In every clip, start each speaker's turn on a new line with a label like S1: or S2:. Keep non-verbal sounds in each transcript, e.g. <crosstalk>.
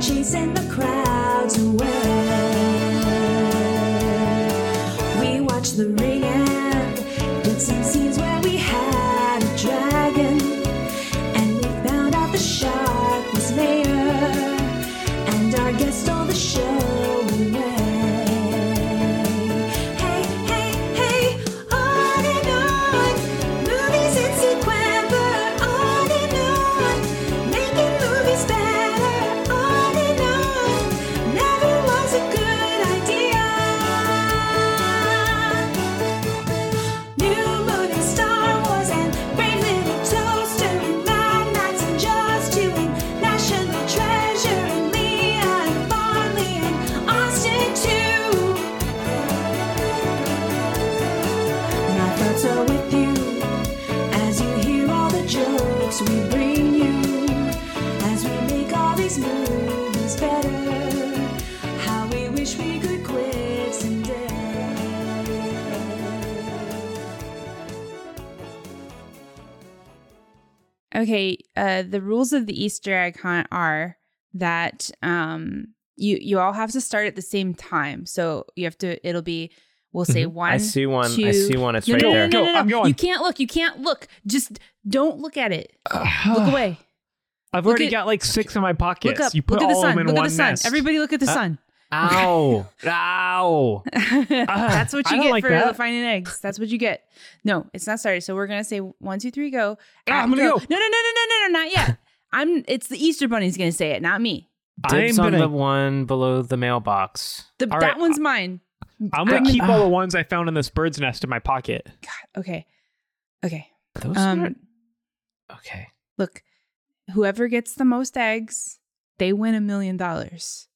S1: chasing the crowds away. We watched the ring and did some scenes where we had a dragon, and we found out the shark was mayor, and our guest stole the show away. Hey, hey, hey, on and on, movies in sequence, on and on, making movies better, on and on. Never was a good idea. New Moon and Star Wars and Brave Little Toaster and Mad Max and Jaws 2 and National Treasure and Leah and Barney and Austin 2. My thoughts are with you as you hear all the jokes we bring you as we make all these movies better. How we wish we could quit someday.
S2: Okay, uh the rules of the Easter egg hunt are that um you you all have to start at the same time. So you have to it'll be we'll say
S3: Mm-hmm.
S2: one
S4: I see one. I
S2: two-
S4: see one. It's
S2: no,
S4: right
S2: no, no,
S4: there.
S2: No, no,
S3: Go,
S2: no, no.
S3: I'm going.
S2: You can't look. You can't look. Just don't look at it. Look away.
S3: <sighs> I've
S2: Look
S3: already
S2: at-
S3: got like six in my pockets.
S2: Look up.
S3: You put
S2: look at
S3: all
S2: the
S3: of
S2: sun.
S3: them in
S2: Look
S3: one
S2: at the sun.
S3: nest. Uh,
S2: Everybody look at the
S3: <laughs>
S2: sun.
S4: Ow! Ow!
S2: <laughs> That's what
S3: uh, I
S2: you
S3: don't
S2: get
S3: like
S2: for
S3: that.
S2: finding eggs. That's what you get. No, it's not started. So we're gonna say one, two, three, go.
S3: Ah, I'm gonna
S2: No,
S3: go.
S2: no, no, no, no, no, no, not yet. I'm. It's the Easter Bunny's gonna say it, not me.
S4: <laughs>
S3: I'm
S4: Dibs on the
S3: gonna,
S4: one below the mailbox.
S2: The, that
S3: All right,
S2: one's mine.
S3: I'm gonna
S2: I-
S3: keep all the ones I found in this bird's nest in my pocket.
S2: Okay. Okay.
S4: Those
S2: Um.
S4: are okay.
S2: Look, whoever gets the most eggs, they win a million dollars.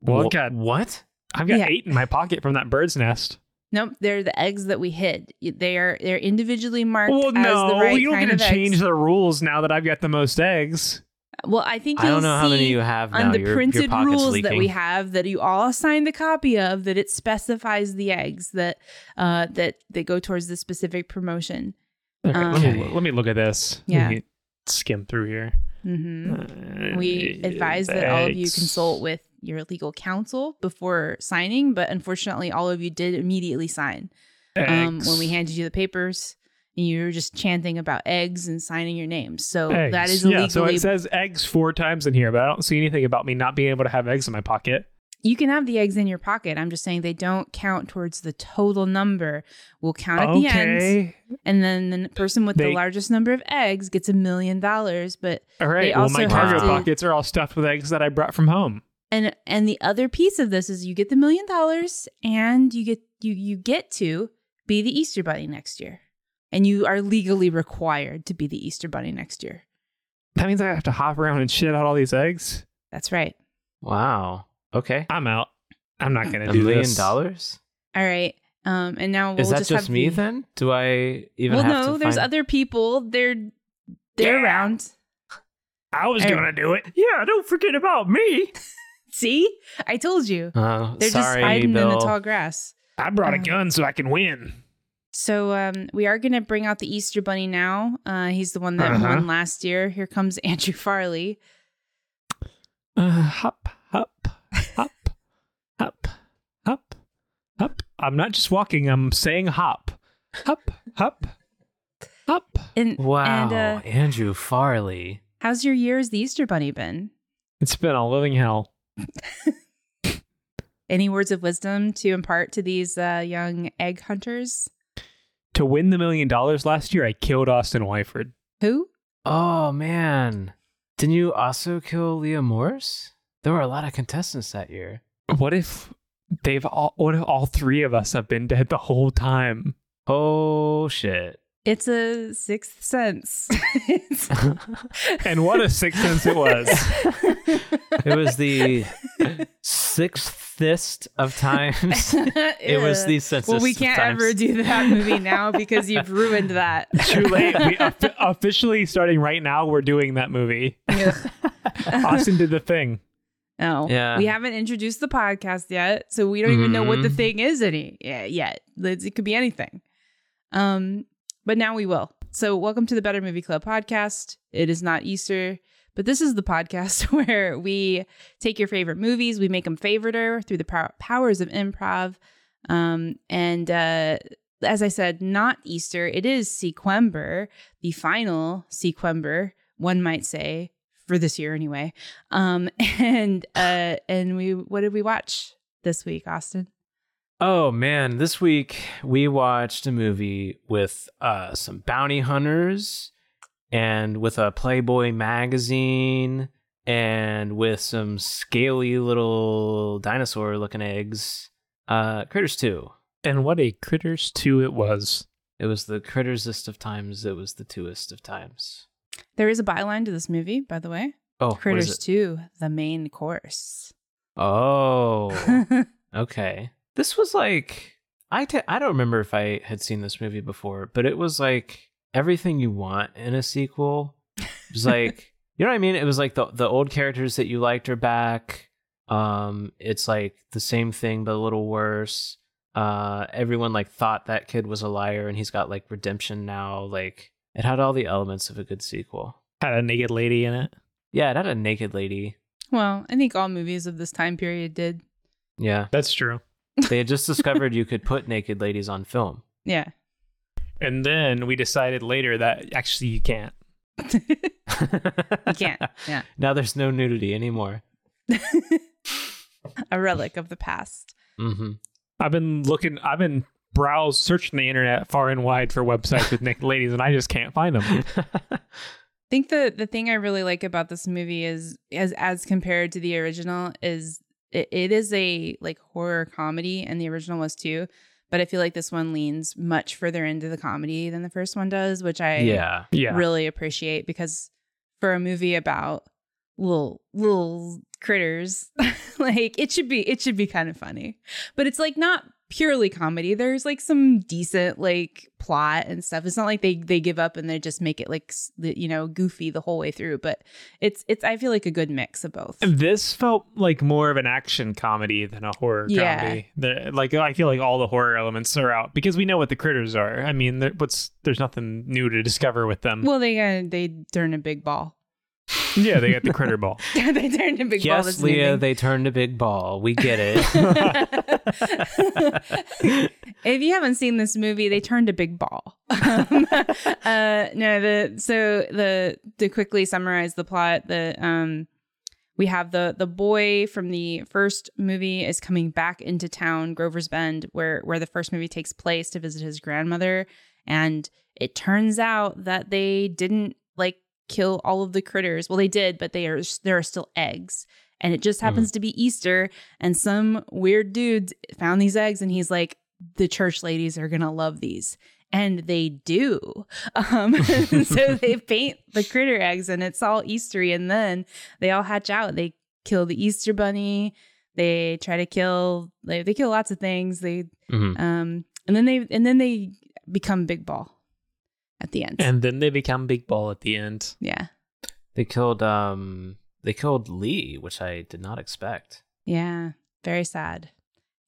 S3: Well,
S4: Wh-
S3: God.
S4: What?
S3: I've got
S2: Yeah.
S3: eight in my pocket from that bird's nest.
S2: Nope, they're the eggs that we hid. They are they're individually marked
S3: well,
S2: as
S3: no,
S2: the right
S3: you don't
S2: kind
S3: get
S2: of
S3: to change
S2: eggs.
S3: the rules now that I've got the most eggs.
S2: Well, I think
S4: I
S2: you'll
S4: don't know how many
S2: see
S4: you have now.
S2: on the
S4: Your- your
S2: printed
S4: pocket's
S2: rules that
S4: leaking.
S2: we have that you all signed the copy of that it specifies the eggs that uh that that go towards the specific promotion.
S3: Okay, let, me,
S4: Um,
S3: let me look at this. Let
S2: Yeah.
S3: me skim through here.
S4: Mm.
S3: Uh,
S2: hmm We advise that all of you consult with your legal counsel before signing, but unfortunately, all of you did immediately sign. um, when we
S3: Eggs.
S2: handed you the papers and you were just chanting about eggs and signing your names. So that
S3: Eggs.
S2: is
S3: yeah.
S2: illegally.
S3: So it says eggs four times in here, but I don't see anything about me not being able to have eggs in my pocket.
S2: you can have the eggs in your pocket. I'm just saying they don't count towards the total number. We'll count at the end,
S3: okay.
S2: and then the person with the
S3: They-
S2: largest number of eggs gets a million dollars. But
S3: All right.
S2: They
S3: Well, my
S2: also
S3: cargo
S4: have to-
S3: pockets are all stuffed with eggs that I brought from home.
S2: and and the other piece of this is you get the million dollars and you get you you get to be the Easter Bunny next year, and you are legally required to be the Easter Bunny next year.
S3: That means I have to hop around and shit out all these eggs.
S2: That's right.
S4: Wow. Okay.
S3: I'm out. I'm not gonna
S4: A
S3: do
S4: million
S3: this.
S4: dollars?
S2: All right. Um, and now we'll
S4: Is that
S2: just,
S4: just,
S2: have
S4: me
S2: the-
S4: then? Do I even
S2: well,
S4: have
S2: no,
S4: to
S2: there's
S4: find-
S2: other people. They're they're
S3: Yeah.
S2: around.
S3: I was
S2: All right.
S3: gonna do it. Yeah. Don't forget about me.
S2: See, I told you.
S4: Oh,
S2: They're
S4: sorry,
S2: just hiding in
S4: Bill.
S2: the tall grass.
S3: I brought a
S2: Um,
S3: gun so I can win.
S2: So um, we are going to bring out the Easter Bunny now. Uh, he's the one that
S3: Uh-huh.
S2: won last year. Here comes <laughs> Andrew Farley.
S3: Uh, hop, hop, hop, hop, hop, hop. I'm not just walking. I'm saying hop, hop, hop, hop.
S2: And
S4: Wow,
S2: And uh,
S4: Andrew Farley.
S2: how's your year as the Easter Bunny been?
S3: It's been a living hell.
S2: Any words of wisdom to impart to these uh, young egg <laughs> hunters?
S3: To win the million dollars last year, I killed Austin Wyford.
S2: Who?
S4: Oh man, didn't you also kill Leah Morse? There were a lot of contestants that year.
S3: What if they've all? What if all three of us have been dead the whole time?
S4: Oh shit.
S2: It's a sixth sense. It's-
S3: And <laughs> what a sixth sense it was.
S4: <laughs> It was the sixthest of
S2: <laughs>
S4: times. It was
S2: Ugh.
S4: the census.
S2: Well, we
S4: of
S2: can't
S4: times.
S2: ever do that movie now because
S4: <laughs>
S2: you've ruined that.
S3: Too <laughs> late. We offi- officially starting right now. We're doing that movie. <laughs> Austin did the thing.
S2: <laughs> No,
S4: Yeah.
S2: we haven't introduced the podcast yet, so we don't even know what the
S4: Mhm.
S2: thing is any yeah, yet. It's- It could be anything. Um, but now we will. So, welcome to the Better Movie Club podcast. It is not Easter, But this is the podcast <laughs> where we take your favorite movies, we make them favoriter through the pow- powers of improv. Um, and uh, as I said, not Easter. It is Sequember, the final Sequember, one might say, for this year anyway. Um, <laughs> and uh, and we what did we watch this week, Austin?
S4: Oh man, this week we watched a movie with uh, some bounty hunters and with a Playboy magazine and with some scaly little dinosaur looking eggs. Uh, Critters 2.
S3: And what a Critters 2 it was.
S4: It was the crittersest of times, it was the twoest of times.
S2: There is a byline to this movie, by the way.
S4: Oh, what is
S2: Critters
S4: it?
S2: 2, the main course.
S4: Oh, okay. This was like I t- I don't remember if I had seen this movie before, but it was like everything you want in a sequel. It was like you know what I mean. It was like the the old characters that you liked are back. Um, it's like the same thing but a little worse. Uh, everyone like thought that kid was a liar, and he's got like redemption now. Like it had all the elements of a good sequel.
S3: Had a naked lady in it.
S4: Yeah, it had a naked lady.
S2: <laughs> well, I think all movies of this time period did.
S4: Yeah,
S3: That's true.
S4: they had just discovered you could put naked ladies on film.
S2: Yeah.
S3: And then we decided later that actually you can't.
S2: You can't. Yeah.
S4: <laughs> Now there's no nudity anymore.
S2: a relic of the past.
S4: hmm
S3: I've been looking, I've been browse searching the internet far and wide for websites with naked ladies, and I just can't find them. <laughs>
S2: I think the the thing I really like about this movie is as as compared to the original is it, it is a like horror comedy and the original was too, but I feel like this one leans much further into the comedy than the first one does, which I
S4: yeah.
S3: Yeah.
S2: really appreciate because for a movie about little little critters <laughs> like it should be it should be kind of funny but it's like not purely comedy there's like some decent like plot and stuff it's not like they they give up and they just make it like s- the- you know goofy the whole way through but it's it's i feel like a good mix of both
S3: This felt like more of an action comedy than a horror
S2: Yeah.
S3: comedy. The, like I feel like all the horror elements are out because we know what the critters are. I mean, there, what's there's nothing new to discover with them.
S2: well they uh, they turn a big ball <laughs>
S3: yeah, they got the critter ball.
S2: they turn a big ball
S4: yes,
S2: that's
S4: Leah,
S2: moving.
S4: they turned a big ball. We get
S2: <laughs>
S4: it.
S2: if you haven't seen this movie, they turned a big ball. <laughs> Um, uh, no, the so the to quickly summarize the plot, the um, we have the the boy from the first movie is coming back into town, Grover's Bend, where where the first movie takes place, to visit his grandmother, and it turns out that they didn't like kill all of the critters. Well, they did, but they are there are still eggs. And it just happens to be Easter, and some weird dudes found these eggs, and he's like, the church ladies are going to love these. <laughs> And they do. Um, <laughs> so they paint the critter eggs and it's all Eastery. And then they all hatch out. They kill the Easter bunny. They try to kill, they, they kill lots of things. They,
S4: Mhm.
S2: um, and then they, and then they become big ball at the end.
S3: and then they become big ball at the end.
S2: yeah.
S4: They killed um they killed Lee, which I did not expect.
S2: Yeah. Very sad.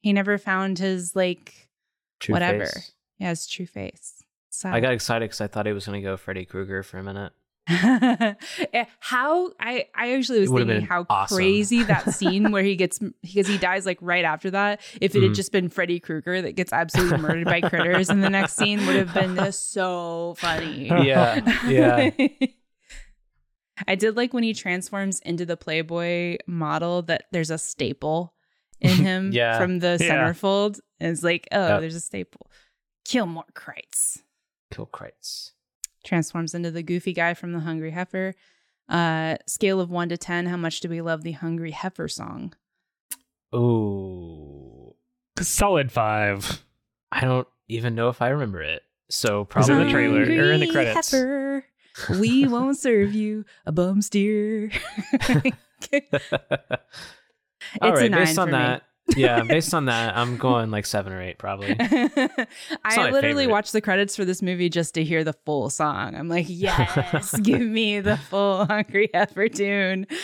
S2: He never found his, like,
S4: True
S2: Whatever.
S4: face.
S2: yeah, his true face. Sad.
S4: I got excited because I thought he was gonna go Freddy Krueger for a minute.
S2: Eh, how I I actually was
S4: It would've
S2: thinking
S4: been
S2: how
S4: awesome.
S2: crazy
S4: <laughs>
S2: that scene where he gets because he dies like right after that. If it had
S4: Mhm.
S2: just been Freddy Krueger that gets absolutely murdered by critters, and the next scene would
S4: <laughs>
S2: have been just so funny.
S4: Yeah, yeah.
S2: <laughs> I did like when he transforms into the Playboy model that there's a staple
S4: <laughs>
S2: in him
S4: Yeah.
S2: from the
S3: Yeah.
S2: centerfold. And it's like, oh,
S4: Yep.
S2: there's a staple. Kill more Kreitz
S4: Kill Kreitz.
S2: transforms into the goofy guy from the Hungry Heifer. Uh, scale of one to ten, how much do we love the Hungry Heifer song?
S4: Ooh.
S3: Solid five.
S4: I don't even know if I remember it. So probably
S3: in the trailer
S2: Hungry
S3: or in the credits.
S2: Heifer,
S3: <laughs>
S2: we won't serve you a bum steer. <laughs>
S4: All
S2: It's a
S4: right, based
S2: nine for
S4: on
S2: me.
S4: that,
S2: <laughs>
S4: yeah, based on that, I'm going like seven or eight probably.
S2: I
S4: my
S2: literally
S4: favorite.
S2: watched the credits for this movie just to hear the full song. I'm
S3: <laughs>
S2: like, yes, give me the full Hungry Heifer tune. <laughs>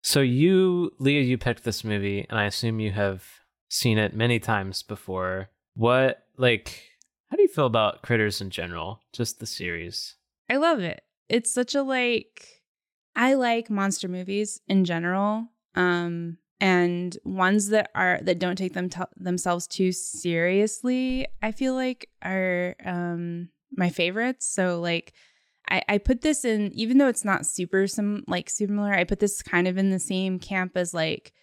S4: So you, Leah, you picked this movie, and I assume you have seen it many times before. What, like, how do you feel about Critters in general? Just the series.
S2: I love it. it's such a like I like monster movies in general. Um and ones that are that don't take them themselves too seriously, I feel like are um my favorites. So like I, I put this in even though it's not super some like similar, I put this kind of in the same camp as like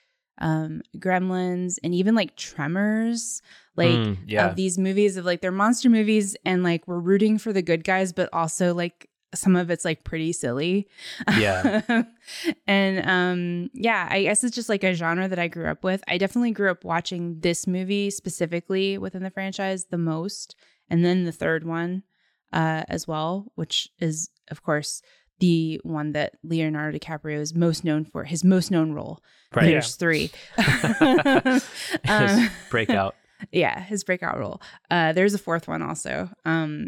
S2: um Gremlins and even like Tremors. Like
S4: Mm, yeah.
S2: of <laughs> these movies of like they're monster movies and like we're rooting for the good guys, but also like some of it's like pretty silly. <laughs>
S4: Yeah.
S2: and um yeah, I guess it's just like a genre that I grew up with. I definitely grew up watching this movie specifically within the franchise the most, and then the third one uh as well, which is of course the one that Leonardo DiCaprio is most known for, his most known role.
S4: right.
S3: Yeah.
S2: There's three.
S4: His <laughs>
S2: <laughs> Um,
S4: breakout.
S2: yeah his breakout role uh there's a fourth one also um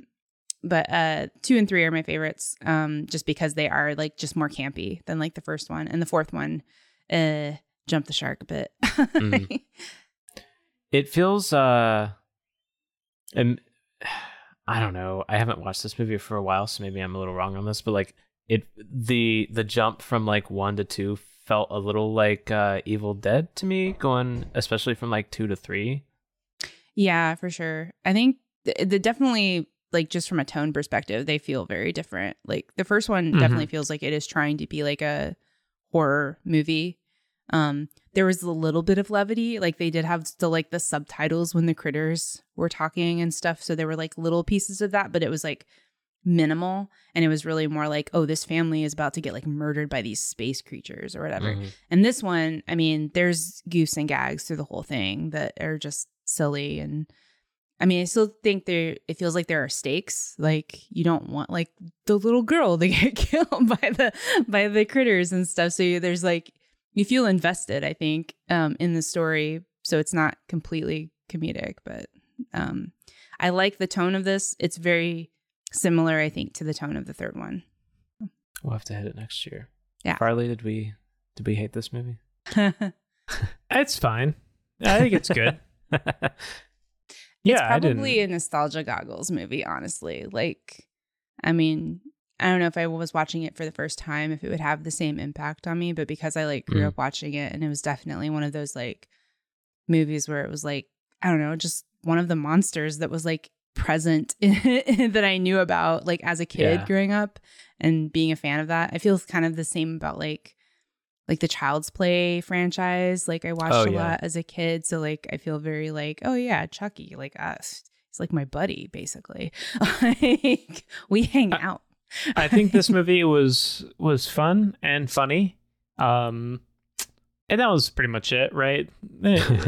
S2: but uh two and three are my favorites um just because they are like just more campy than like the first one and the fourth one uh jumped the shark a bit <laughs>
S4: Mm. It feels uh and <sighs> I don't know. I haven't watched this movie for a while, so maybe I'm a little wrong on this, but like it the the jump from like 1 to 2 felt a little like uh Evil Dead to me, going especially from like 2 to 3.
S2: yeah for sure i think th- the definitely like just from a tone perspective they feel very different like the first one
S3: Mhm.
S2: definitely feels like it is trying to be like a horror movie um there was a little bit of levity like they did have still like the subtitles when the critters were talking and stuff so there were like little pieces of that but it was like minimal and it was really more like oh this family is about to get like murdered by these space creatures or whatever
S3: Mm-hmm.
S4: Mhm.
S2: and this one, I mean, there's goofs and gags through the whole thing that are just silly and I mean, I still think there it feels like there are stakes. Like you don't want like the little girl to <laughs> get killed by the by the critters and stuff. So you, there's like you feel invested, I think, um in the story, so it's not completely comedic, but um I like the tone of this. It's very similar, I think, to the tone of the third one.
S4: We'll have to hit it next year.
S2: Yeah.
S4: Farley, did we did we hate this movie?
S3: It's fine. I think it's good.
S2: it's
S3: yeah, I
S2: probably
S3: didn't.
S2: a nostalgia goggles movie, honestly. Like, I mean, I don't know if I was watching it for the first time if it would have the same impact on me, but because I like grew
S3: Mm-hmm.
S4: Mm.
S2: up watching it, and it was definitely one of those like movies where it was like I don't know, just one of the monsters that was like present <laughs> that I knew about like as a kid
S4: Yeah.
S2: growing up and being a fan of that. I feel kind of the same about like like the Child's Play franchise. Like I watched
S4: Oh,
S2: a
S4: yeah.
S2: lot as a kid, so like I feel very like, oh yeah, Chucky, like us. It's like my buddy basically. <laughs> like we hang
S4: Uh,
S3: I-
S2: out.
S3: I
S2: <laughs>
S3: think this movie was was fun and funny. Um and that was pretty much it, right? It,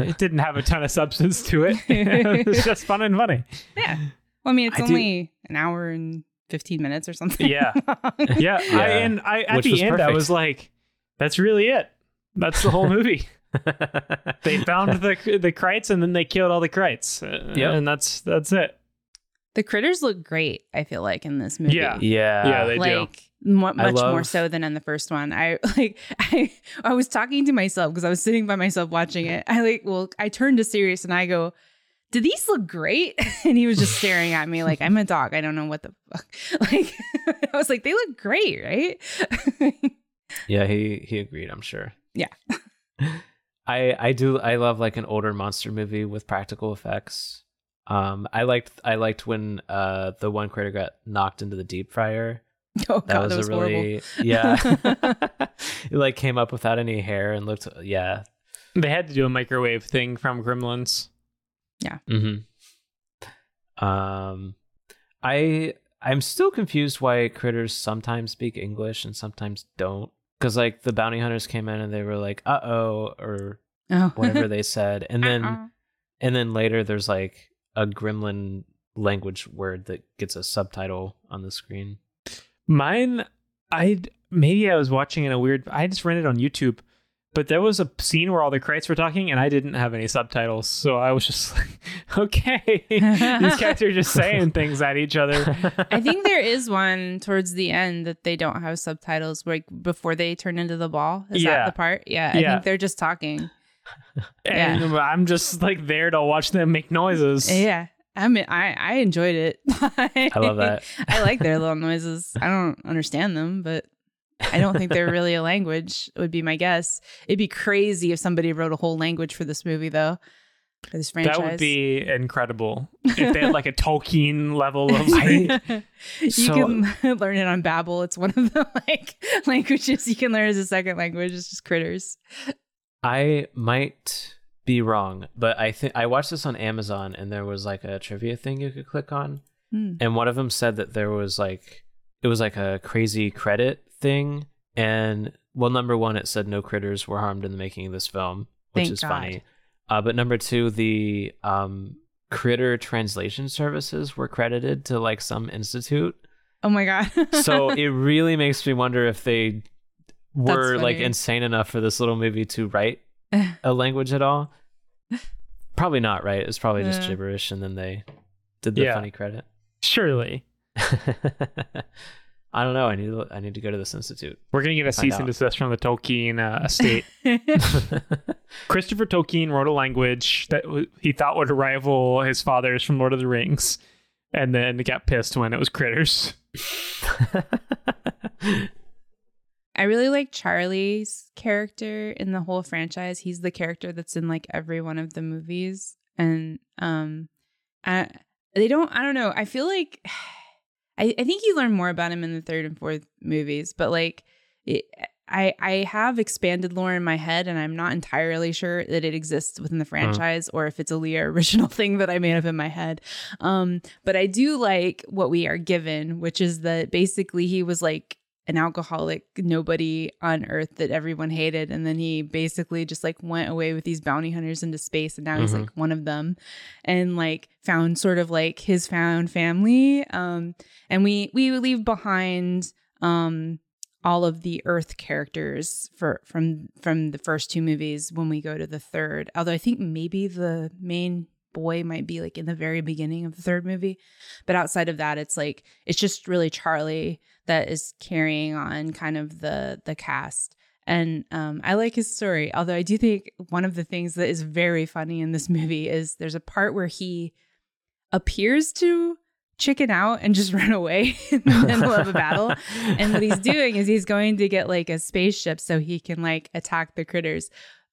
S2: <laughs>
S3: it didn't have a ton of substance to it. <laughs> it was just fun and funny.
S2: Yeah. Well, I mean, it's
S4: I do-
S2: only an hour and 15 minutes or something.
S3: Yeah. Yeah, I, and I at
S4: Which
S3: the
S4: was
S3: end I
S4: perfect.
S3: was like, "That's really it. That's the whole movie." <laughs> they found the the krites and then they killed all the krites. Uh,
S4: Yep.
S3: and that's that's it.
S2: the critters look great, I feel like, in this movie.
S3: Yeah.
S4: <laughs> Yeah.
S3: yeah, they do.
S2: like mu-
S4: I
S2: much more
S4: love-
S2: so than in the first one. I <laughs> like I I was talking to myself because I was sitting by myself watching it. I like well I turned to Sirius and I go, "Do these look great?" <laughs> And he was just staring at
S4: <laughs>
S2: me like I'm a dog. I don't know what the fuck. <laughs> Like I was like, "They look great, right?"
S4: Yeah, he he agreed, I'm sure.
S2: Yeah.
S4: <laughs> I I do I love like an older monster movie with practical effects. Um I liked I liked when uh the one critter got knocked into the deep fryer.
S2: oh
S4: That
S2: god,
S4: was,
S2: that was
S4: a
S2: horrible.
S4: really <laughs> yeah.
S2: <laughs>
S4: it like came up without any hair and looked yeah.
S3: They had to do a microwave thing from Gremlins.
S4: Mm-hmm. Um I I'm still confused why critters sometimes speak English and sometimes don't. Cause like the bounty hunters came in and they were like, uh oh, or
S2: Oh.
S4: whatever they said and then
S2: Uh-uh.
S4: and then later there's like a gremlin language word that gets a subtitle on the screen
S3: Mine, I maybe I was watching in a weird. I just rented on YouTube, but there was a scene where all the crates were talking, and I didn't have any subtitles, so I was just <laughs> like, okay, these guys are just saying things at each other.
S2: I think there is one towards the end that they don't have subtitles like before they turn into the ball. Is
S3: Yeah.
S2: that the part? Yeah, I
S3: Yeah.
S2: think they're just talking.
S3: And I'm just like there to watch them make noises.
S2: Yeah. I mean, I I enjoyed it. <laughs> I
S4: I love that.
S2: I like their little noises. I don't understand them, but I don't think they're really a language. Would be my guess. It'd be crazy if somebody wrote a whole language for this movie, though. For this franchise,
S3: That
S2: <laughs>
S3: would be incredible if they had like a Tolkien level of like,
S2: you
S4: So-
S2: can <laughs> learn it on Babbel. It's one of the <laughs> like languages you can learn as a second language. It's just critters.
S4: I might be wrong, but I think I watched this on Amazon and there was like a trivia thing you could click on.
S2: Hmm.
S4: And one of them said that there was like it was like a crazy credit thing and well number 1 it said no critters were harmed in the making of this film, which
S2: Thank
S4: is
S2: God.
S4: funny. Uh, but number 2 the um critter translation services were credited to like some institute.
S2: Oh my god! <laughs>
S4: So it really makes me wonder if they were like
S2: funny.
S4: insane enough for this little movie
S2: <laughs>
S4: to write a language at all. Probably not, right? It's probably just
S2: Yeah.
S4: gibberish and then they did the
S3: Yeah.
S4: funny credit.
S3: <laughs>
S4: <laughs>
S3: surely
S4: I don't know. I need to, I need to go to this institute. <laughs>
S3: we're gonna get a cease
S4: out.
S3: and desist from the Tolkien
S2: <laughs>
S3: uh, estate. Christopher Tolkien wrote a language that w- he thought would rival his father's from Lord of the Rings, and then got pissed when it was critters.
S2: I really like Charlie's character in the whole franchise. He's the character that's in like every one of the movies, and um, I, they don't. I don't know. I feel like <sighs> I, I think you learn more about him in the third and fourth movies, but like it, I I have expanded lore in my head, and I'm not entirely sure that it exists within the franchise or if it's a Leah original <laughs> thing that I made up in my head. Um, but I do like what we are given, which is that basically he was like an alcoholic nobody on earth that everyone hated and then he basically just like went away with these bounty hunters into space and now he's
S4: Mhm.
S2: like one of them and like found sort of like his found family um and we we leave behind um all of the earth characters for from from the first two movies when we go to the third although i think maybe the main boy might be like in the very beginning of the third movie but outside of that it's like it's just really charlie that is carrying on kind of the the cast and um, I like his story, although I do think one of the things that is very funny in this <laughs> movie is there's a part where he appears to chicken out and just <laughs> run away in the middle of a battle. And
S4: <laughs>
S2: what he's doing is he's going to get like a spaceship so he can like attack the critters,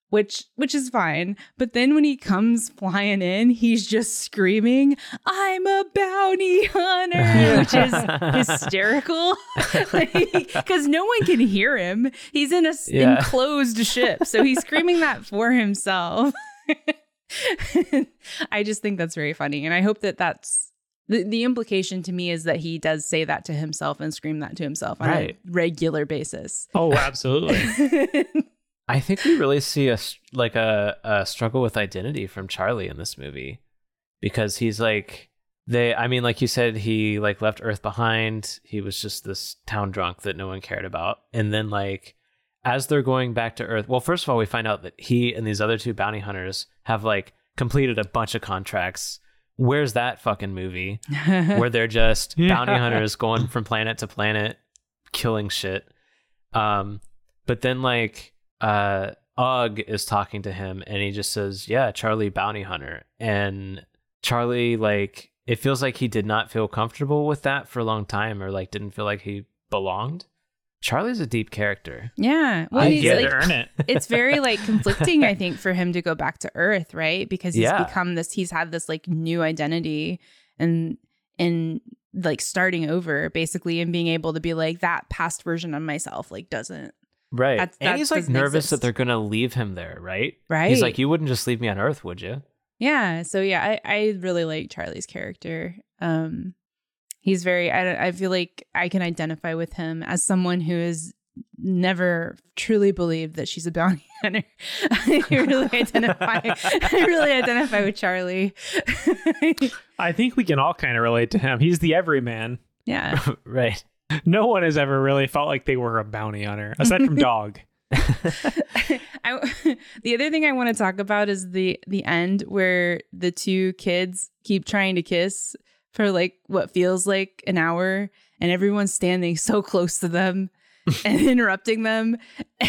S2: which which is fine. But then when he comes flying in, he's just screaming, "I'm a bounty <laughs>
S4: <laughs>
S2: hunter," which is hysterical <laughs> because no one can hear him. He's in a s-
S4: Yeah.
S2: enclosed ship, so he's screaming that for himself. <laughs> I just think that's very funny, and I hope that that's the, the implication to me is that he does say that to himself and scream that to himself on
S4: Right.
S2: a regular basis. <laughs>
S3: Oh, <laughs> absolutely.
S4: I think we really see a s- like a, a struggle with identity from Charlie in this movie because he's like they I mean like you said he like left Earth behind he was just this town drunk that no one cared about and then like as they're going back to Earth well first of all we find out that he and these other two bounty hunters have like completed a bunch of contracts where's that fucking movie where they're just
S3: <laughs> Yeah.
S4: bounty hunters going from planet to planet killing shit um but then like uh Ugg is talking to him and he just says, "Yeah, Charlie bounty hunter." And Charlie like it feels like he did not feel comfortable with that for a long time or like didn't feel like he belonged. Charlie's a deep character.
S2: yeah, well,
S4: I
S2: he's
S4: get
S2: like,
S4: it.
S3: earn it.
S2: it's very
S4: <laughs>
S2: like conflicting i think for him to go back to earth right because he's
S4: Yeah.
S2: become this he's had this like new identity and and like starting over basically and being able to be like that past version of myself like doesn't
S4: Right.
S2: That- that
S4: and he's like
S2: doesn't
S4: nervous
S2: exist.
S4: that they're going to leave him there, right?
S2: right
S4: He's like, "You wouldn't just leave me on Earth, would you?" <laughs>
S2: yeah so yeah i i really like charlie's character um he's very i i feel like i can identify with him as someone who is never truly believed that she's a bounty <laughs> hunter i really identify i really identify with charlie <laughs>
S3: I think we can all kind of relate to him. He's the everyman.
S2: yeah
S4: right.
S3: No one has ever really felt like they were a bounty hunter, aside
S2: <laughs>
S3: from Dog.
S2: I, <laughs> the other thing I want to talk about is the the end where the two kids keep trying to kiss for like what feels like an hour, and everyone's standing so close to them <laughs> and interrupting them. <laughs>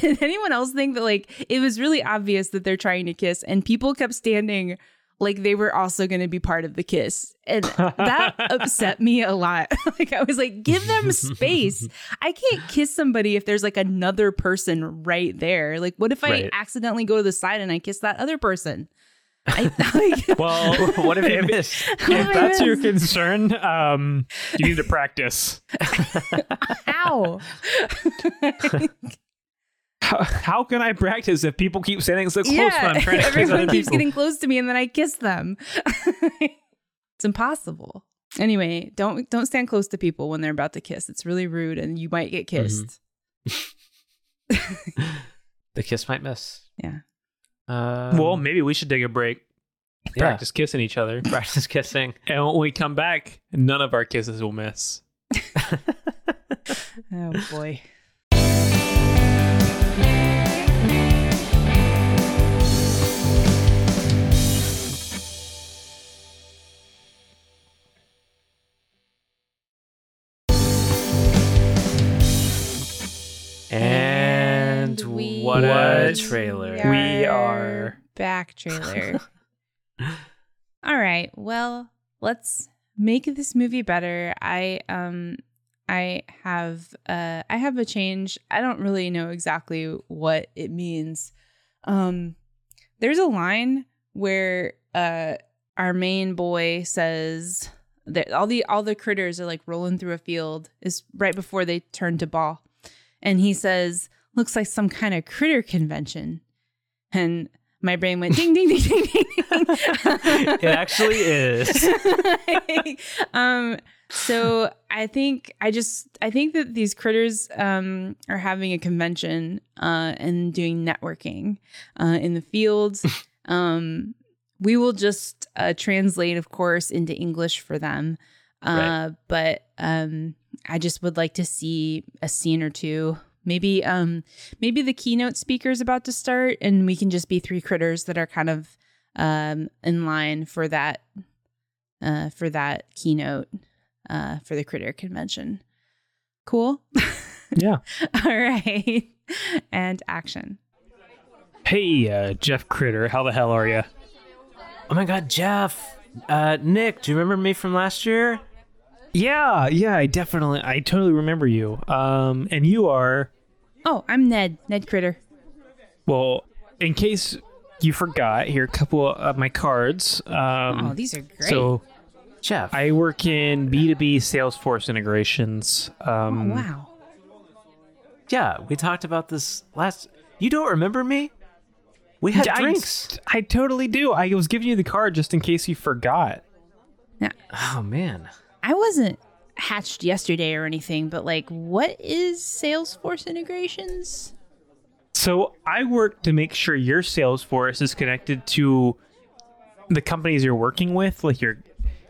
S2: Did anyone else think that like it was really obvious that they're trying to kiss, and people kept standing like they were also going to be part of the kiss. And that upset me a lot. <laughs> like I was like, give them
S4: <laughs>
S2: space. I can't kiss somebody if there's like another person right there. Like what if I
S4: Right.
S2: accidentally go to the side and I kiss that other person? I, <laughs> like,
S3: Well,
S4: <laughs> what if you
S3: if,
S4: missed?
S3: if <laughs> that's your concern, um, you need to practice.
S2: <laughs> ow.
S3: How, how can I practice if people keep standing so close
S2: yeah,
S3: when I'm
S2: <laughs>
S3: trying to kiss
S2: everyone
S3: other
S2: keeps
S3: people?
S2: getting close to me, and then I kiss them. <laughs> it's impossible. Anyway, don't don't stand close to people when they're about to kiss. It's really rude, and you might get kissed.
S4: The kiss might miss.
S2: Yeah.
S4: Um,
S3: well, maybe we should take a break,
S4: yeah.
S3: practice kissing each other,
S4: <laughs> practice kissing.
S3: and when we come back, none of our kisses will miss. Mm-hmm.
S2: Oh boy.
S4: And
S2: we-
S4: what a
S3: What?
S4: trailer.
S3: Yeah. We are-
S2: back
S4: <laughs>
S2: trailer. All right. Well, let's make this movie better. I um I have uh I have a change. I don't really know exactly what it means. Um there's a line where uh our main boy says that all the all the critters are like rolling through a field is right before they turn to ball. And he says, looks like some kind of critter convention. And my brain went ding ding ding ding ding.
S4: <laughs>
S2: <laughs>
S4: it actually is.
S2: ding. um so I think I just I think that these critters um are having a convention uh and doing networking uh in the fields. um we will just uh translate of course into English for them. Uh but um I just would like to see a scene or two. Maybe um maybe the keynote speaker is about to start and we can just be three critters that are kind of um in line for that uh for that keynote uh for the critter convention. Cool? <laughs>
S3: Yeah.
S2: All right. And action.
S3: Hey, uh, Jeff Critter, how the hell are you?
S4: Oh my god, Jeff. Uh, Nick, do you remember me from last year?
S3: Yeah, yeah, I definitely, I totally remember you. Um, and you are
S2: Oh, I'm Ned, Ned Critter.
S3: well. In case you forgot, here are a couple of my cards. Um,
S2: Oh, these are great.
S3: so
S4: Jeff.
S3: I work in B two B Salesforce integrations. Um,
S2: wow.
S4: yeah, we talked about this last. You don't remember me? We had
S3: I-
S4: drinks.
S3: I, totally do. I was giving you the card just in case you forgot.
S2: Now,
S4: Oh man.
S2: I wasn't hatched yesterday or anything, but like, what is Salesforce integrations?
S3: So I work to make sure your Salesforce is connected to the companies you're working with, like your,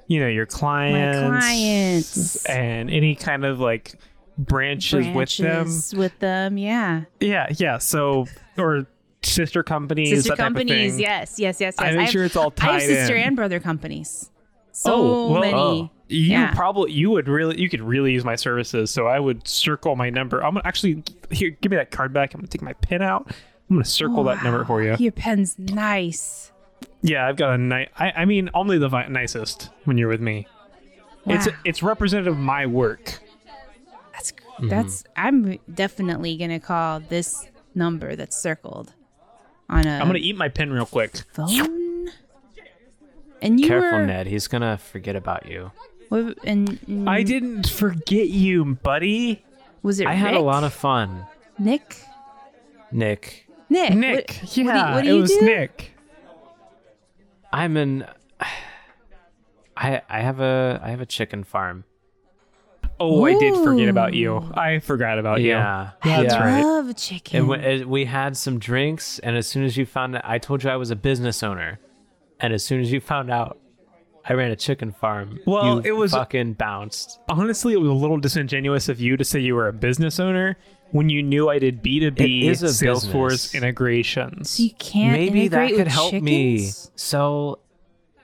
S3: you know, your clients,
S2: clients.
S3: and any kind of like branches, with them.
S2: Branches with them, yeah.
S3: Yeah, yeah. So or sister companies,
S2: Sister
S3: that type of
S2: companies,
S3: thing.
S2: yes, yes, yes, yes.
S3: I make
S2: have-
S3: sure it's all
S2: I have
S3: tied
S2: sister
S3: in.
S2: and brother companies. So
S3: Oh, well,
S2: many.
S4: oh.
S3: You
S2: Yeah.
S3: probably you would really you could really use my services. So I would circle my number. I'm gonna actually here give me that card back. I'm gonna take my pin out. I'm gonna circle that number for you.
S2: Your pen's nice.
S3: Yeah, I've got a nice. I, I mean, only the vi- nicest when you're with me. It's
S2: Wow.
S3: it's representative of my work.
S2: That's gr-
S4: Mm-hmm.
S2: that's. I'm definitely gonna call this number that's circled on a
S3: I'm gonna eat my pin real quick.
S2: phone. And you
S4: Careful,
S2: were
S4: Ned. He's gonna forget about you.
S2: what- and, and
S3: I didn't forget you, buddy.
S2: was it
S4: I had a
S2: Rick?
S4: lot of fun,
S2: Nick.
S4: Nick.
S2: Nick.
S3: Nick.
S2: What,
S3: yeah,
S2: What do, what do you
S3: it was
S2: do?
S3: Nick.
S4: I'm in. <sighs> I I have a I have a chicken farm.
S3: Oh, I did forget
S2: Ooh.
S3: about you. I forgot about
S4: yeah,
S3: you. That's
S4: yeah.
S2: I
S3: right.
S2: love chicken.
S4: And we, and we had some drinks, and as soon as you found out, I told you I was a business owner, and as soon as you found out, I ran a chicken farm.
S3: Well,
S4: you
S3: it was-
S4: fucking bounced.
S3: honestly, it was a little disingenuous of you to say you were a business owner when you knew I did B2B
S4: It is a
S3: Salesforce
S4: business.
S3: integrations.
S2: so you can't
S4: Maybe that
S2: integrate
S4: could
S2: with
S4: help me
S2: chickens?
S4: sell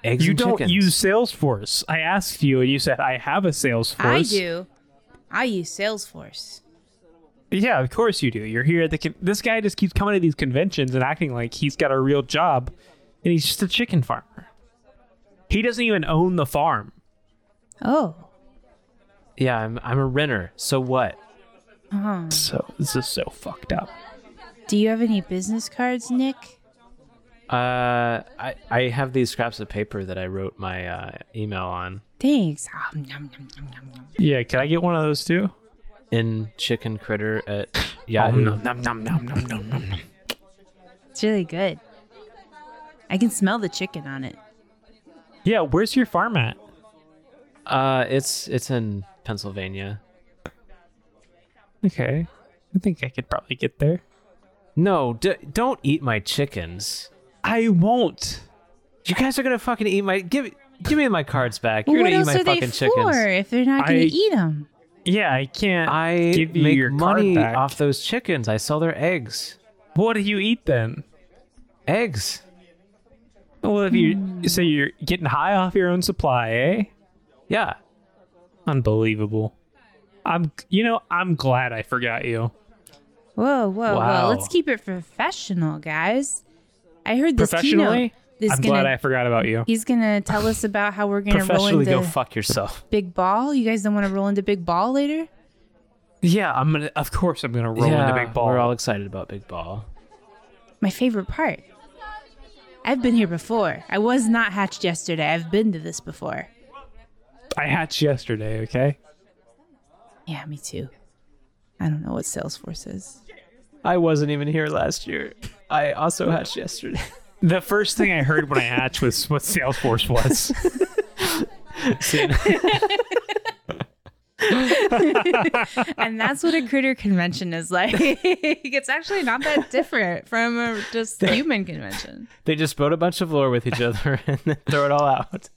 S4: eggs.
S3: You
S4: and
S3: don't
S4: chickens.
S3: use Salesforce. I asked you and you said, I have a Salesforce.
S2: I do. I use Salesforce.
S3: Yeah, of course you do. You're here at the. Con- this guy just keeps coming to these conventions and acting like he's got a real job and he's just a chicken farmer. He doesn't even own the farm.
S1: Oh.
S4: Yeah, I'm I'm a renter. So what?
S1: Uh-huh.
S3: So this is so fucked up.
S1: Do you have any business cards, Nick?
S4: Uh, I I have these scraps of paper that I wrote my uh, email on
S1: Thanks. Ah, nom, nom, nom, nom, nom.
S3: Yeah, can I get one of those too?
S4: in chicken critter at
S3: Om
S4: Yahoo.
S3: nom nom nom nom nom nom nom.
S1: It's really good. I can smell the chicken on it.
S3: Yeah, where's your farm at?
S4: Uh, it's it's in Pennsylvania.
S3: Okay, I think I could probably get there.
S4: No, d- don't eat my chickens.
S3: I won't.
S4: You guys are gonna fucking eat my give give me my cards back.
S1: Well,
S4: You're
S1: what
S4: gonna eat
S1: else
S4: my
S1: are they
S4: fucking chickens.
S1: for if they're not going
S3: I-
S1: to eat them?
S3: Yeah, I can't.
S4: I
S3: give you
S4: make
S3: your card
S4: money
S3: back.
S4: off those chickens. I sell their eggs.
S3: what do you eat then?
S4: Eggs.
S3: Well, if you so you're getting high off your own supply, eh?
S4: Yeah.
S3: Unbelievable. I'm, you know, I'm glad I forgot you.
S1: Whoa, whoa,
S4: Wow.
S1: whoa! Let's keep it professional, guys. I heard this
S3: Professionally,
S1: keynote. This
S3: I'm
S1: gonna,
S3: glad I forgot about you.
S1: He's gonna tell us about how we're gonna roll
S4: Professionally,
S1: into
S4: go fuck yourself.
S1: big ball. You guys don't want to roll into big ball later?
S3: Yeah, I'm gonna. Of course, I'm gonna roll into big ball.
S4: We're all excited about big ball.
S1: My favorite part. I've been here before. I was not hatched yesterday. I've been to this before.
S3: I hatched yesterday. Okay.
S1: Yeah, me too. I don't know what Salesforce is.
S4: I wasn't even here last year. I also hatched <laughs> yesterday.
S3: The first thing I heard when I hatched was what Salesforce <laughs> was.
S1: And that's what a critter convention is like. <laughs> it's actually not that different from a just human convention.
S4: they just wrote a bunch of lore with each other <laughs> and then throw it all out.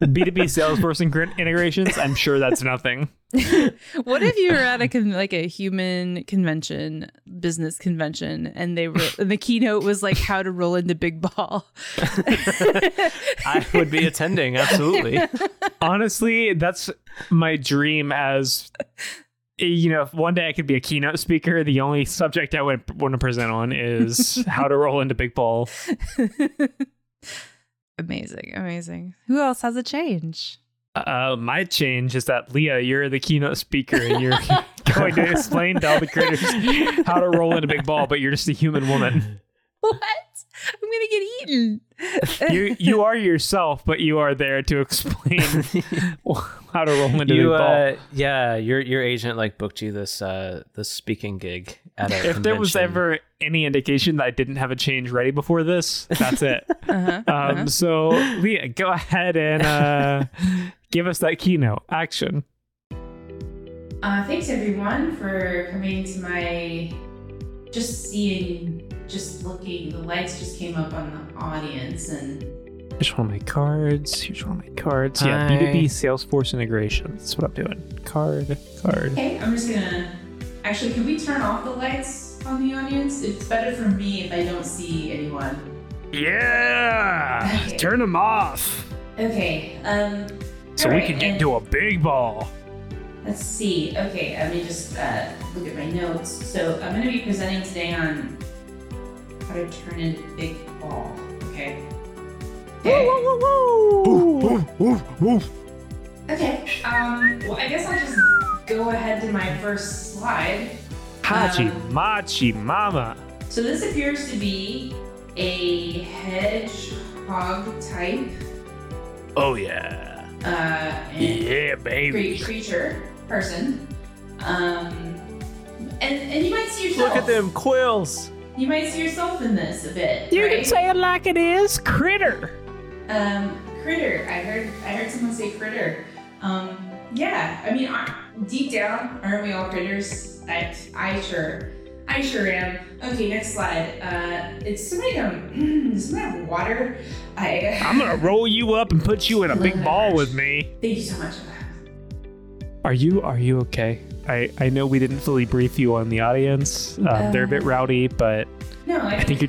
S3: B2B Salesforce in- integrations. I'm sure that's nothing.
S1: What if you were at a con- like a human convention, business convention, and they were and the keynote was like how to roll into big ball? <laughs>
S4: I would be attending, absolutely.
S3: Honestly, that's my dream as you know, if one day I could be a keynote speaker, the only subject I would want to present on is
S4: <laughs>
S3: how to roll into big ball.
S1: Amazing, amazing. Who else has a change?
S3: Uh, my change is that Leah, you're the keynote speaker and you're <laughs> going to explain to all the critters how to roll into big ball, but you're just a human woman.
S1: What? I'm gonna get eaten.
S3: You you are yourself, but you are there
S4: <laughs>
S3: to explain how to roll into
S4: you,
S3: big ball.
S4: uh, yeah, your your agent like booked you this uh this speaking gig at <laughs> a
S3: if there was
S4: convention.
S3: ever any indication that I didn't have a change ready before this, that's it.
S1: <laughs> Uh-huh.
S3: um, so, Leah, go ahead and uh, give us that keynote action.
S1: Uh, thanks everyone for coming to my. Just seeing, just looking. The lights just came up on the audience, and
S3: Here's one of my cards. Here's one of my cards. Yeah,
S4: Hi.
S3: B2B Salesforce integration. That's what I'm doing. Card, card.
S1: okay, I'm just gonna. Actually, can we turn off the lights on the audience? It's better for me if I don't see anyone.
S3: Yeah!
S1: Okay.
S3: Turn them off
S1: Okay. Um.
S3: so we
S1: alright,
S3: can
S1: and
S3: get to a big ball.
S1: Let's see. Okay, let me just uh, look at my notes. So I'm going to be presenting today on how to turn into big ball. Okay. Okay. Okay. Um. Well, I guess I'll just go ahead to my first slide.
S3: Hachi
S1: Uh-huh.
S3: Machi Mama.
S1: So this appears to be a hedgehog type
S3: Oh, yeah.
S1: uh, and
S3: Yeah,
S1: cre-
S3: baby.
S1: creature person. Um. And, and you might see yourself.
S4: quills.
S1: You might see yourself in this a bit.
S3: You
S1: right?
S3: can say it like it is, critter.
S1: Um, critter. I heard. I heard someone say critter. Um, yeah. I mean, aren't- deep down, aren't we all critters? I, I sure, I sure am. Okay, next slide. Uh, it's somebody um, <clears throat> somebody have water. I. <laughs>
S3: I'm gonna roll you up and put you in a big ball with me.
S1: Thank you so much.
S3: Are you are you okay? I I know we didn't fully brief you on the audience. Um, they're a bit rowdy, but
S1: No, I,
S3: I think you're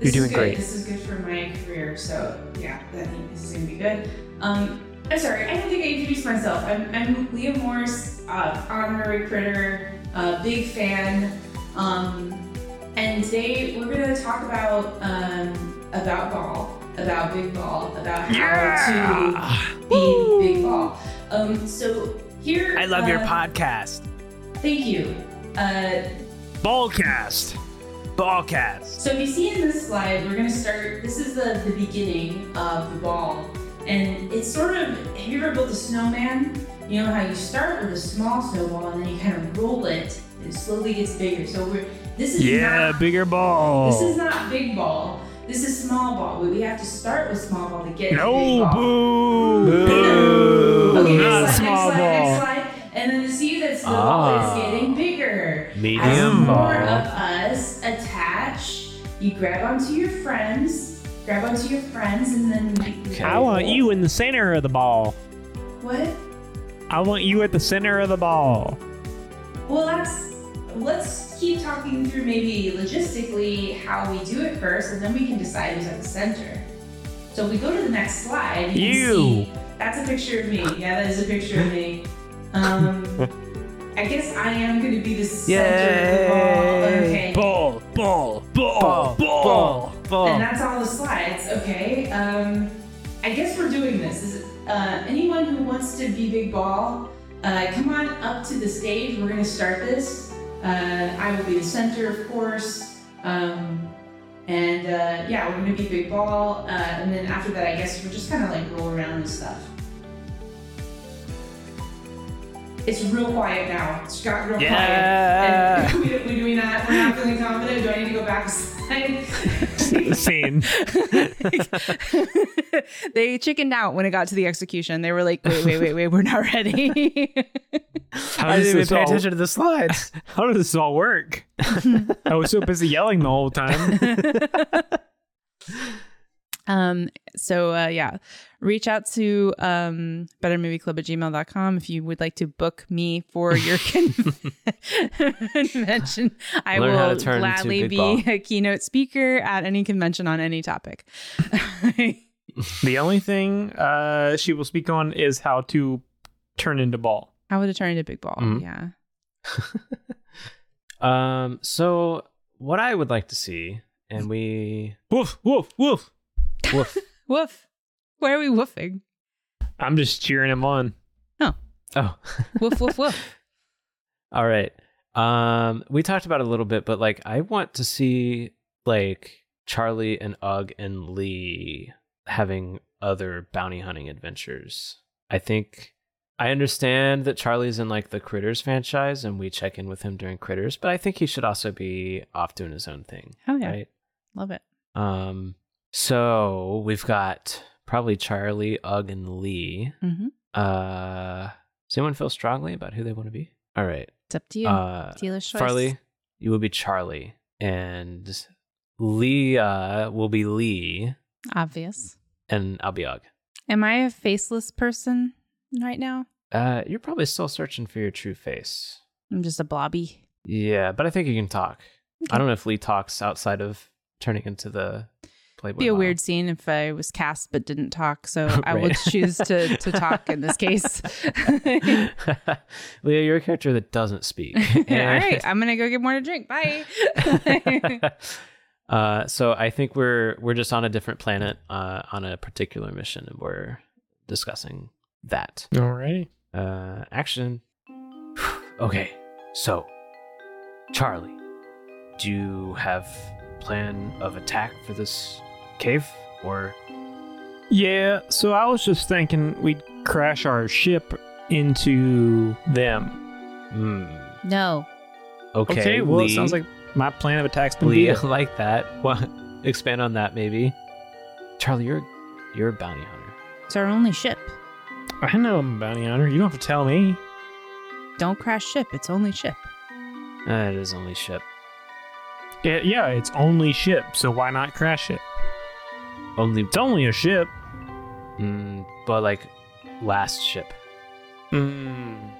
S1: This
S3: You're
S1: is
S3: doing
S1: good.
S3: great.
S1: This is good for my career, so yeah, I think this is gonna be good. Um, I'm sorry, I don't think I introduced myself. I'm, I'm Leah Morse, uh, honorary critter, uh, big fan, um, and today we're gonna talk about um, about ball. about Big Ball, about
S3: Yeah!
S1: how to be Big Ball. Um, so here,
S3: I love your
S1: uh,
S3: podcast.
S1: Thank you. Uh,
S3: Ballcast. Ballcast.
S1: So if you see in this slide, we're gonna start, this is the, the beginning of the ball. And it's sort of, have you ever built a snowman? You know how you start with a small snowball and then you kind of roll it and it slowly gets bigger. So we're, this is
S3: Yeah,
S1: not,
S3: bigger
S1: this
S3: ball.
S1: is not big ball. This is small ball. We, we have to start with small ball to get to big
S3: No,
S1: ball.
S3: boo.
S1: Okay, next
S3: Not
S1: slide,
S3: small
S1: next slide, next
S3: ball.
S1: slide. And then see that the
S4: Ah.
S1: ball is getting bigger.
S4: Medium
S1: As
S4: ball.
S1: more of us attach, you grab onto your friends, grab onto your friends, and then. we-
S4: Okay.
S3: I want you in the center of the ball.
S1: What?
S3: I want you at the center of the ball.
S1: Well, that's. Let's keep talking through maybe logistically how we do it first, and then we can decide who's at the center. So if we go to the next slide. You. can
S3: You.
S1: see- that's a picture of me. Yeah, that is a picture of me. Um,
S3: <laughs>
S1: I guess I am going to be the center of the ball. Okay.
S3: Ball, ball, ball, ball.
S1: And that's all the slides, okay? Um, I guess we're doing this. Is uh, anyone who wants to be big ball, uh, come on up to the stage. We're gonna start this. Uh, I will be the center, of course. Um, and uh, yeah, we're gonna be big ball. Uh, and then after that, I guess we're just kind of like roll around and stuff. It's real quiet now. It's got real
S3: Yeah.
S1: quiet. And <laughs> we, do- we, do we not? We're not feeling confident. Do I need to go back <laughs> a slide?
S3: <laughs> Scene.
S2: they chickened out when it got to the execution. They were like, wait, wait, wait, wait, we're not
S1: <laughs>
S2: ready. <laughs>
S3: How
S4: I
S3: does
S4: didn't even
S3: this
S4: pay
S3: all?
S4: attention to the slides.
S3: How does this all work? I was so busy yelling the whole time.
S2: um, so uh, yeah, reach out to um, bettermovieclub at gmail.com if you would like to book me for your
S4: <laughs>
S2: con- convention. I
S4: Learn how to
S2: will
S4: turn to
S2: gladly
S4: big
S2: be
S4: ball.
S2: a keynote speaker at any convention on any topic.
S3: the only thing uh, she will speak on is how to turn into ball.
S2: How would it turn into big ball?
S4: Mhm.
S2: Yeah.
S4: <laughs> Um, so what I would like to see, and we
S3: Woof, woof, woof.
S4: woof.
S2: Woof. Why are we woofing?
S3: I'm just cheering him on.
S4: Oh,
S2: Woof, woof, woof.
S4: <laughs> all right. Um, we talked about it a little bit, but like I want to see like Charlie and Ugg and Lee having other bounty hunting adventures. I think I understand that Charlie's in like the Critters franchise and we check in with him during Critters, but I think he should also be off doing his own thing.
S2: Oh, yeah.
S4: Right?
S2: Love it.
S4: Um, so we've got probably Charlie, Ugg, and Lee.
S2: Mm-hmm.
S4: Uh, does anyone feel strongly about who they want to be? All right.
S2: It's up to you.
S4: Uh,
S2: Dealer's choice.
S4: Farley, you will be Charlie, and Leah will be Lee,
S2: Obvious.
S4: and I'll be Ugg.
S2: Am I a faceless person right now?
S4: Uh, you're probably still searching for your true face.
S2: I'm just a blobby.
S4: Yeah, but I think you can talk. I don't know if Lee talks outside of turning into the Playboy.
S2: It'd be a
S4: model.
S2: weird scene if I was cast but didn't talk. So I
S4: <laughs> Right.
S2: would choose to, to talk in this
S4: <laughs>
S2: case. All
S4: Leah, you're a character that doesn't speak.
S2: <laughs> right. I'm going to go get more to drink. Bye.
S4: <laughs> uh, so I think we're we're just on a different planet uh, on a particular mission, and we're discussing that
S3: Alrighty.
S4: uh, action. <sighs> okay, so Charlie, do you have plan of attack for this cave, or
S3: Yeah, so I was just thinking we'd crash our ship into them.
S4: hmm,
S2: no.
S4: okay?
S3: well, it
S4: Lee.
S3: sounds like my plan of attack's been
S4: Lee, <laughs> I
S3: vetoed.
S4: like that. What? Expand on that, maybe. Charlie, you're you're a bounty hunter.
S2: It's our only ship.
S3: I know I'm a bounty hunter. You don't have to tell me.
S2: Don't crash ship. It's only ship.
S4: Uh, it is only ship,
S3: Yeah, yeah, it's only ship, so why not crash it?
S4: only,
S3: It's only a ship.
S4: mm, but like last ship.
S3: Mm.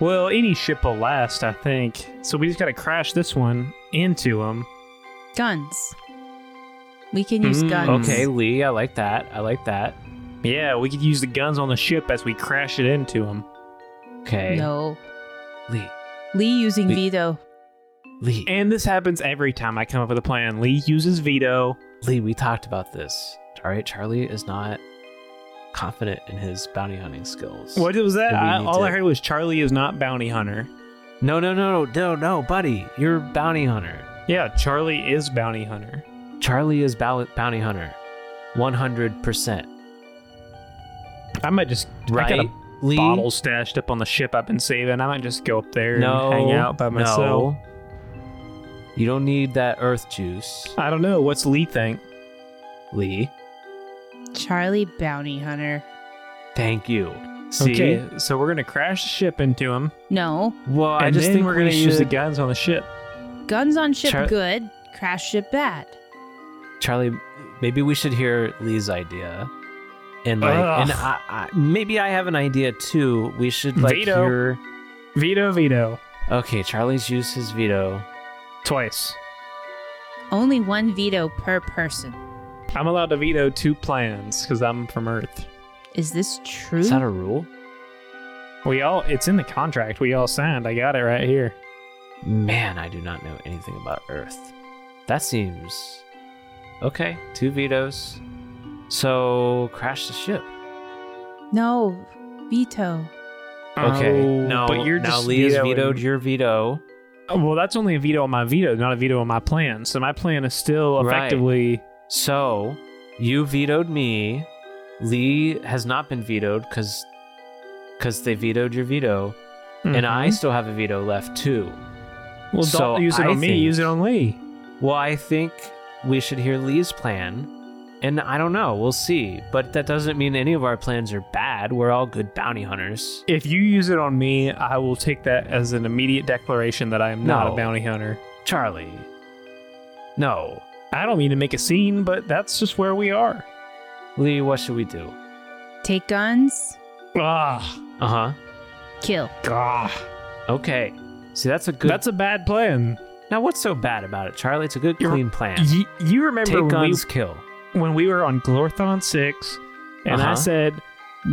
S3: Well, any ship will last, I think. So we just gotta crash this one into them.
S2: Guns. We can use
S3: Mm,
S2: guns.
S4: Hmm, Okay, Lee, I like that. I like that.
S3: Yeah, we could use the guns on the ship as we crash it into them.
S4: Okay,
S2: No.
S4: Lee,
S2: Lee using
S4: Lee-
S2: veto.
S4: Lee,
S3: And this happens every time I come up with a plan. Lee uses veto.
S4: Lee, we talked about this. All right, Charlie is not confident in his bounty hunting skills.
S3: What was that?
S4: And we
S3: I,
S4: need
S3: all I
S4: to-
S3: heard was Charlie is not bounty hunter.
S4: No, no, no, no, no, buddy. You're bounty hunter.
S3: Yeah, Charlie is bounty hunter.
S4: Charlie is bow- bounty hunter. 100%.
S3: I might just
S4: Right?
S3: I got a
S4: Lee?
S3: bottle stashed up on the ship I've been saving. I might just go up there
S4: No.
S3: and hang out by myself.
S4: No. You don't need that earth juice,
S3: I don't know. What's Lee think?
S4: Lee.
S2: Charlie Bounty Hunter.
S4: Thank you. See?
S3: Okay, so we're gonna crash the ship into him,
S2: No.
S4: Well, I
S3: and
S4: just
S3: then
S4: think
S3: we're gonna
S4: we
S3: use the
S4: should-
S3: guns on the ship.
S2: Guns on ship
S4: Char-
S2: good, crash ship bad.
S4: Charlie, maybe we should hear Lee's idea. And like,
S3: Ugh.
S4: and I, I, maybe I have an idea too. We should like
S3: Veto.
S4: hear.
S3: Veto, veto,
S4: Okay, Charlie's used his veto.
S3: twice.
S2: Only one veto per person.
S3: I'm allowed to veto two plans because I'm from Earth.
S2: Is this true?
S4: Is that a rule?
S3: We all—it's in the contract. We all signed. I got it right here.
S4: Man, I do not know anything about Earth. That seems okay. Two vetoes. So crash the ship.
S2: no. Veto.
S4: Okay.
S3: Oh,
S4: no,
S3: but you're
S4: now
S3: just
S4: Lee has
S3: vetoing-
S4: vetoed your veto.
S3: Oh, Well, that's only a veto on my veto, not a veto on my plan. So my plan is still
S4: Right.
S3: effectively
S4: So you vetoed me. Lee has not been vetoed because because they vetoed your veto, and I still have a veto left too.
S3: Mm-hmm. Well,
S4: So
S3: don't use it
S4: I
S3: on me.
S4: think-
S3: Use it on Lee.
S4: Well, I think we should hear Lee's plan, and I don't know. We'll see. But that doesn't mean any of our plans are bad. We're all good bounty hunters.
S3: If you use it on me, I will take that as an immediate declaration that I am not a
S4: No.
S3: bounty hunter.
S4: Charlie. No.
S3: I don't mean to make a scene, but that's just where we are.
S4: Lee, what should we do?
S2: Take guns,
S3: Ah,
S4: Uh huh.
S2: kill.
S3: God.
S4: Okay. See, that's a good.
S3: That's a bad plan.
S4: now, what's so bad about it, Charlie? It's a good,
S3: You're-
S4: clean plan.
S3: You, you remember
S4: Take
S3: when
S4: guns, kill.
S3: we when we were on Glorthon Six, and I
S4: Uh-huh.
S3: said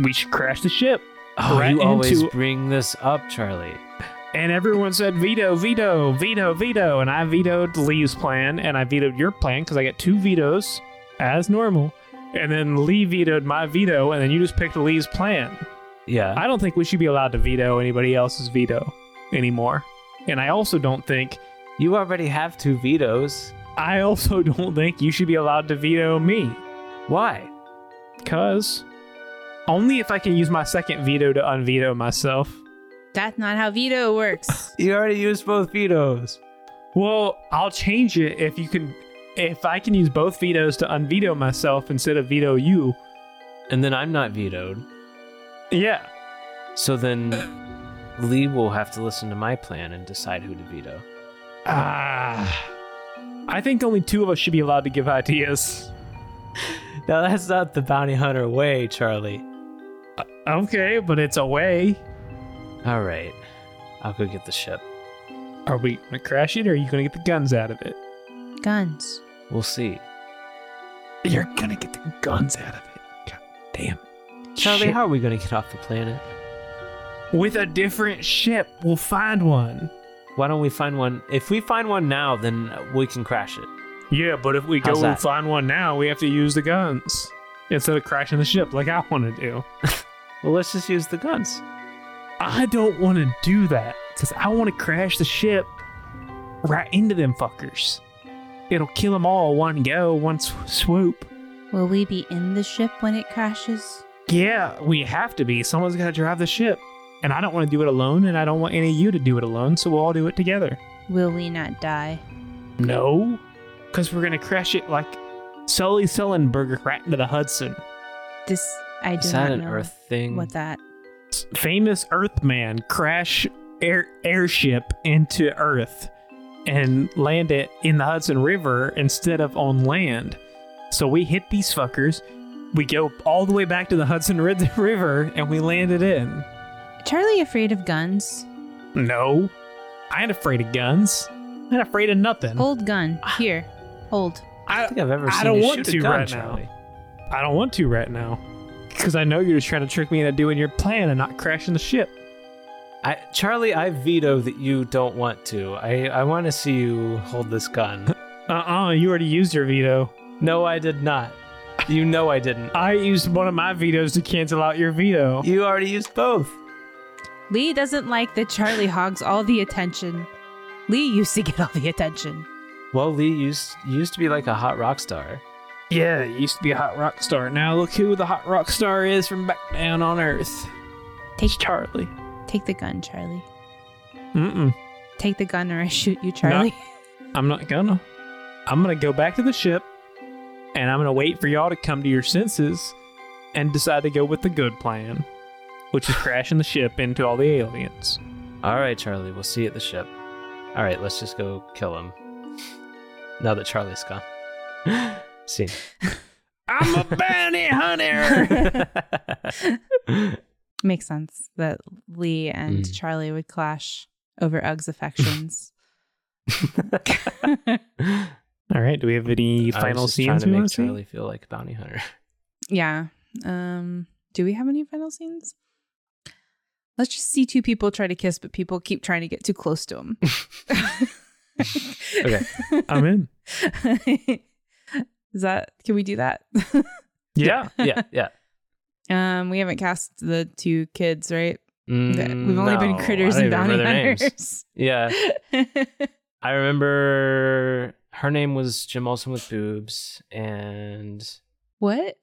S3: we should crash the ship,
S4: Oh,
S3: right
S4: you always
S3: into-
S4: bring this up, Charlie.
S3: and everyone said veto, veto, veto, veto, and I vetoed Lee's plan, and I vetoed your plan because I got two vetoes as normal, and then Lee vetoed my veto, and then you just picked Lee's plan.
S4: Yeah.
S3: I don't think we should be allowed to veto anybody else's veto anymore. And I also don't think
S4: you already have two vetoes.
S3: I also <laughs> don't think you should be allowed to veto me
S4: Why?
S3: cuz only if I can use my second veto to unveto myself.
S2: That's not how veto
S4: <laughs>
S2: works.
S4: You already used both vetoes.
S3: Well, I'll change it if you can if I can use both vetoes to unveto myself instead of veto you.
S4: And then I'm not vetoed.
S3: Yeah.
S4: So then Lee will have to listen to my plan and decide who to veto.
S3: Ah. I think only two of us should be allowed to give ideas.
S4: Now, that's not the bounty hunter way, Charlie.
S3: Okay, but it's a way.
S4: All right. I'll go get the ship.
S3: Are we gonna crash it or are you gonna get the guns out of it?
S2: guns.
S4: We'll see.
S3: You're gonna get the guns out of it. God damn.
S4: Charlie,
S3: Ship.
S4: how are we going to get off the planet?
S3: With a different ship, we'll find one.
S4: Why don't we find one? If we find one now, then we can crash it.
S3: Yeah, but if we
S4: How's
S3: go and
S4: that?
S3: find one now, we have to use the guns instead of crashing the ship like I want to do.
S4: Well, let's just use the guns.
S3: I don't want to do that because I want to crash the ship right into them fuckers. It'll kill them all one go, one sw- swoop.
S2: Will we be in the ship when it crashes?
S3: Yeah, we have to be. Someone's got to drive the ship. And I don't want to do it alone, and I don't want any of you to do it alone, so we'll all do it together.
S2: Will we not die?
S3: No, because we're gonna crash it like Sully Sullenberger right into the Hudson.
S2: This I do
S4: Is
S2: not
S4: that an
S2: know
S4: Earth thing?
S2: what that.
S3: S- Famous Earthman crash air airship into Earth and land it in the Hudson River instead of on land. So we hit these fuckers. We go all the way back to the Hudson Rid- <laughs> River and we land it in.
S2: Charlie afraid of guns?
S3: No, I ain't afraid of guns. I ain't afraid of nothing.
S2: Hold gun here. Hold.
S4: I don't think I've ever
S3: I
S4: seen
S3: don't
S4: you
S3: want
S4: shoot a
S3: to
S4: gun,
S3: right now.
S4: Charlie.
S3: I don't want to right now. Because I know you're just trying to trick me into doing your plan and not crashing the ship.
S4: I, Charlie, I veto that you don't want to. I, I want to see you hold this gun. <laughs>
S3: Uh uh you already Uh-uh, used your veto.
S4: No, I did not. You know I didn't.
S3: I used one of my vetoes to cancel out your veto.
S4: You already used both.
S2: Lee doesn't like that Charlie hogs all the attention. Lee used to get all the attention.
S4: Well, Lee used used to be like a hot rock star.
S3: Yeah, you used to be a hot rock star. Now look who the hot rock star is from back down on Earth.
S2: Take
S3: Charlie.
S2: take the gun, Charlie.
S3: Mm-mm.
S2: Take the gun or I shoot you, Charlie. <laughs>
S3: I'm not gonna. I'm gonna go back to the ship, and I'm gonna wait for y'all to come to your senses, and decide to go with the good plan, which is crashing the ship into all the aliens.
S4: All right, Charlie, we'll see you at the ship. All right, let's just go kill him. Now that Charlie's gone.
S2: <laughs>
S4: Scene.
S3: I'm a bounty hunter.
S2: Makes sense that Lee and
S4: Mm.
S2: Charlie would clash over Ugg's affections.
S3: <laughs>
S2: <laughs>
S3: all right. Do we have any
S4: I was
S3: final
S4: just trying
S3: scenes
S4: to
S3: we
S4: make
S3: want to see?
S4: Charlie feel like a bounty hunter. <laughs>
S2: Yeah. Um, do we have any final scenes? Let's just see two people try to kiss, but people keep trying to get too close to them.
S4: Okay.
S3: I'm in.
S2: Is that can we do that? <laughs>
S3: Yeah.
S4: <laughs> yeah, yeah.
S2: um, we haven't cast the two kids, right? That- We've
S4: Mm,
S2: only been
S4: no, I
S2: critters
S4: don't
S2: and
S4: even
S2: bounty
S4: remember their names.
S2: hunters.
S4: Yeah, I remember her name was Jim Olsen with boobs, and
S2: what?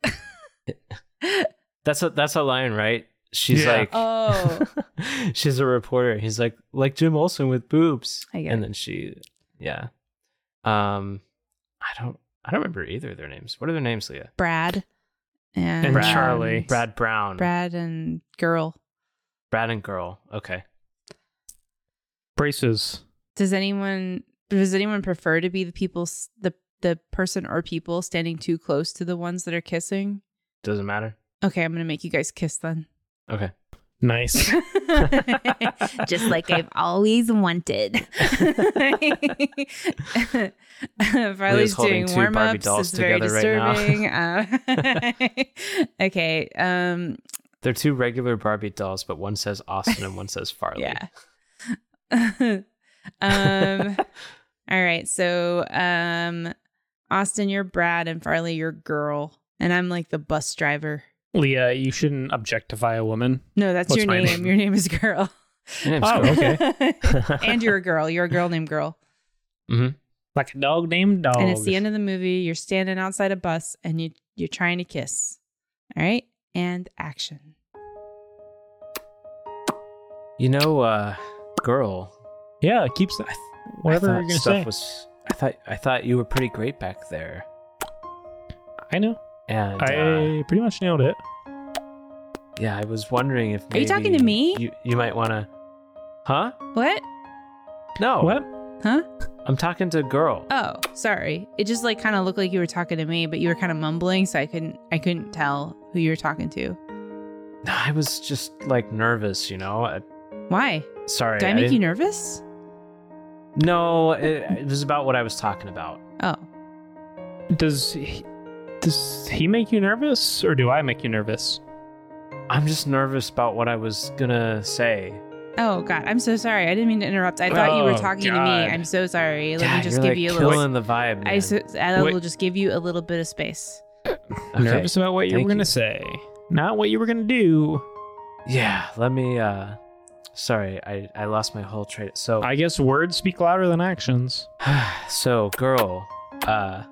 S4: that's a that's a line, right? She's
S3: Yeah.
S4: like,
S2: Oh.
S4: <laughs> she's a reporter. He's like, like Jim Olsen with boobs,
S2: I get it.
S4: and then she, yeah. Um, I don't, I don't remember either of their names. What are their names, Leah?
S2: Brad and,
S3: And
S2: um,
S3: Charlie.
S4: Brad Brown,
S2: Brad and girl.
S4: Brad and girl. Okay.
S3: Braces.
S2: Does anyone does anyone prefer to be the people s- the the person or people standing too close to the ones that are kissing?
S4: Doesn't matter.
S2: Okay, I'm gonna make you guys kiss then. <laughs>
S4: Okay.
S3: <laughs> Nice.
S2: Just like I've always wanted. Riley's doing
S4: holding two
S2: warm
S4: Barbie
S2: ups.
S4: dolls
S2: It's very
S4: together right now.
S2: disturbing.
S4: <laughs>
S2: Uh, <laughs> okay. Um,
S4: They're two regular Barbie dolls, but one says Austin and one says Farley.
S2: <laughs> yeah. <laughs> um, all right. So, um, Austin, you're Brad, and Farley, you're girl. And I'm like the bus driver.
S3: Leah, you shouldn't objectify a woman.
S2: No, that's
S3: What's
S2: your
S3: my
S2: name.
S3: name?
S2: Your name is girl.
S4: Your name's
S3: Oh,
S4: Girl.
S3: okay.
S2: <laughs> and you're a girl. You're a girl named girl.
S3: <laughs> Like a dog named dog.
S2: and it's the end of the movie. You're standing outside a bus and you you're trying to kiss. All right, and action.
S4: <laughs> You know, uh, girl.
S3: Yeah, it keeps I- whatever
S4: I
S3: you're
S4: thought
S3: gonna
S4: stuff
S3: say.
S4: was. I thought I thought you were pretty great back there,
S3: I know.
S4: and uh,
S3: I pretty much nailed it.
S4: yeah, I was wondering if.
S2: Are you talking to
S4: maybe
S2: me?
S4: You you might want to, huh?
S2: What?
S4: No,
S3: What?
S2: Huh?
S4: I'm talking to girl. <sighs>
S2: Oh, sorry. It just like kind of looked like you were talking to me, but you were kind of mumbling, so I couldn't I couldn't tell who you were talking to.
S4: No, I was just like nervous, you know. I,
S2: Why?
S4: sorry.
S2: Do I make you
S4: didn't-
S2: nervous?
S4: No, it, it was about what I was talking about.
S2: Oh,
S3: Does he, does he make you nervous, or do I make you nervous?
S4: I'm just nervous about what I was gonna say.
S2: oh God, I'm so sorry. I didn't mean to interrupt. I thought you were
S3: Oh,
S2: talking to
S3: God.
S2: me. I'm so sorry. Let
S4: Yeah,
S2: me just
S4: you're,
S2: give
S4: like,
S2: you a
S4: killing
S2: little.
S4: the vibe.
S2: I,
S4: man.
S2: so, I
S3: Wait.
S2: will just give you a little bit of space.
S4: Okay.
S3: Nervous about what you
S4: Thank
S3: were gonna
S4: you.
S3: say, not what you were gonna do.
S4: Yeah, let me uh sorry, I I lost my whole trade. So
S3: I guess words speak louder than actions.
S4: so girl, uh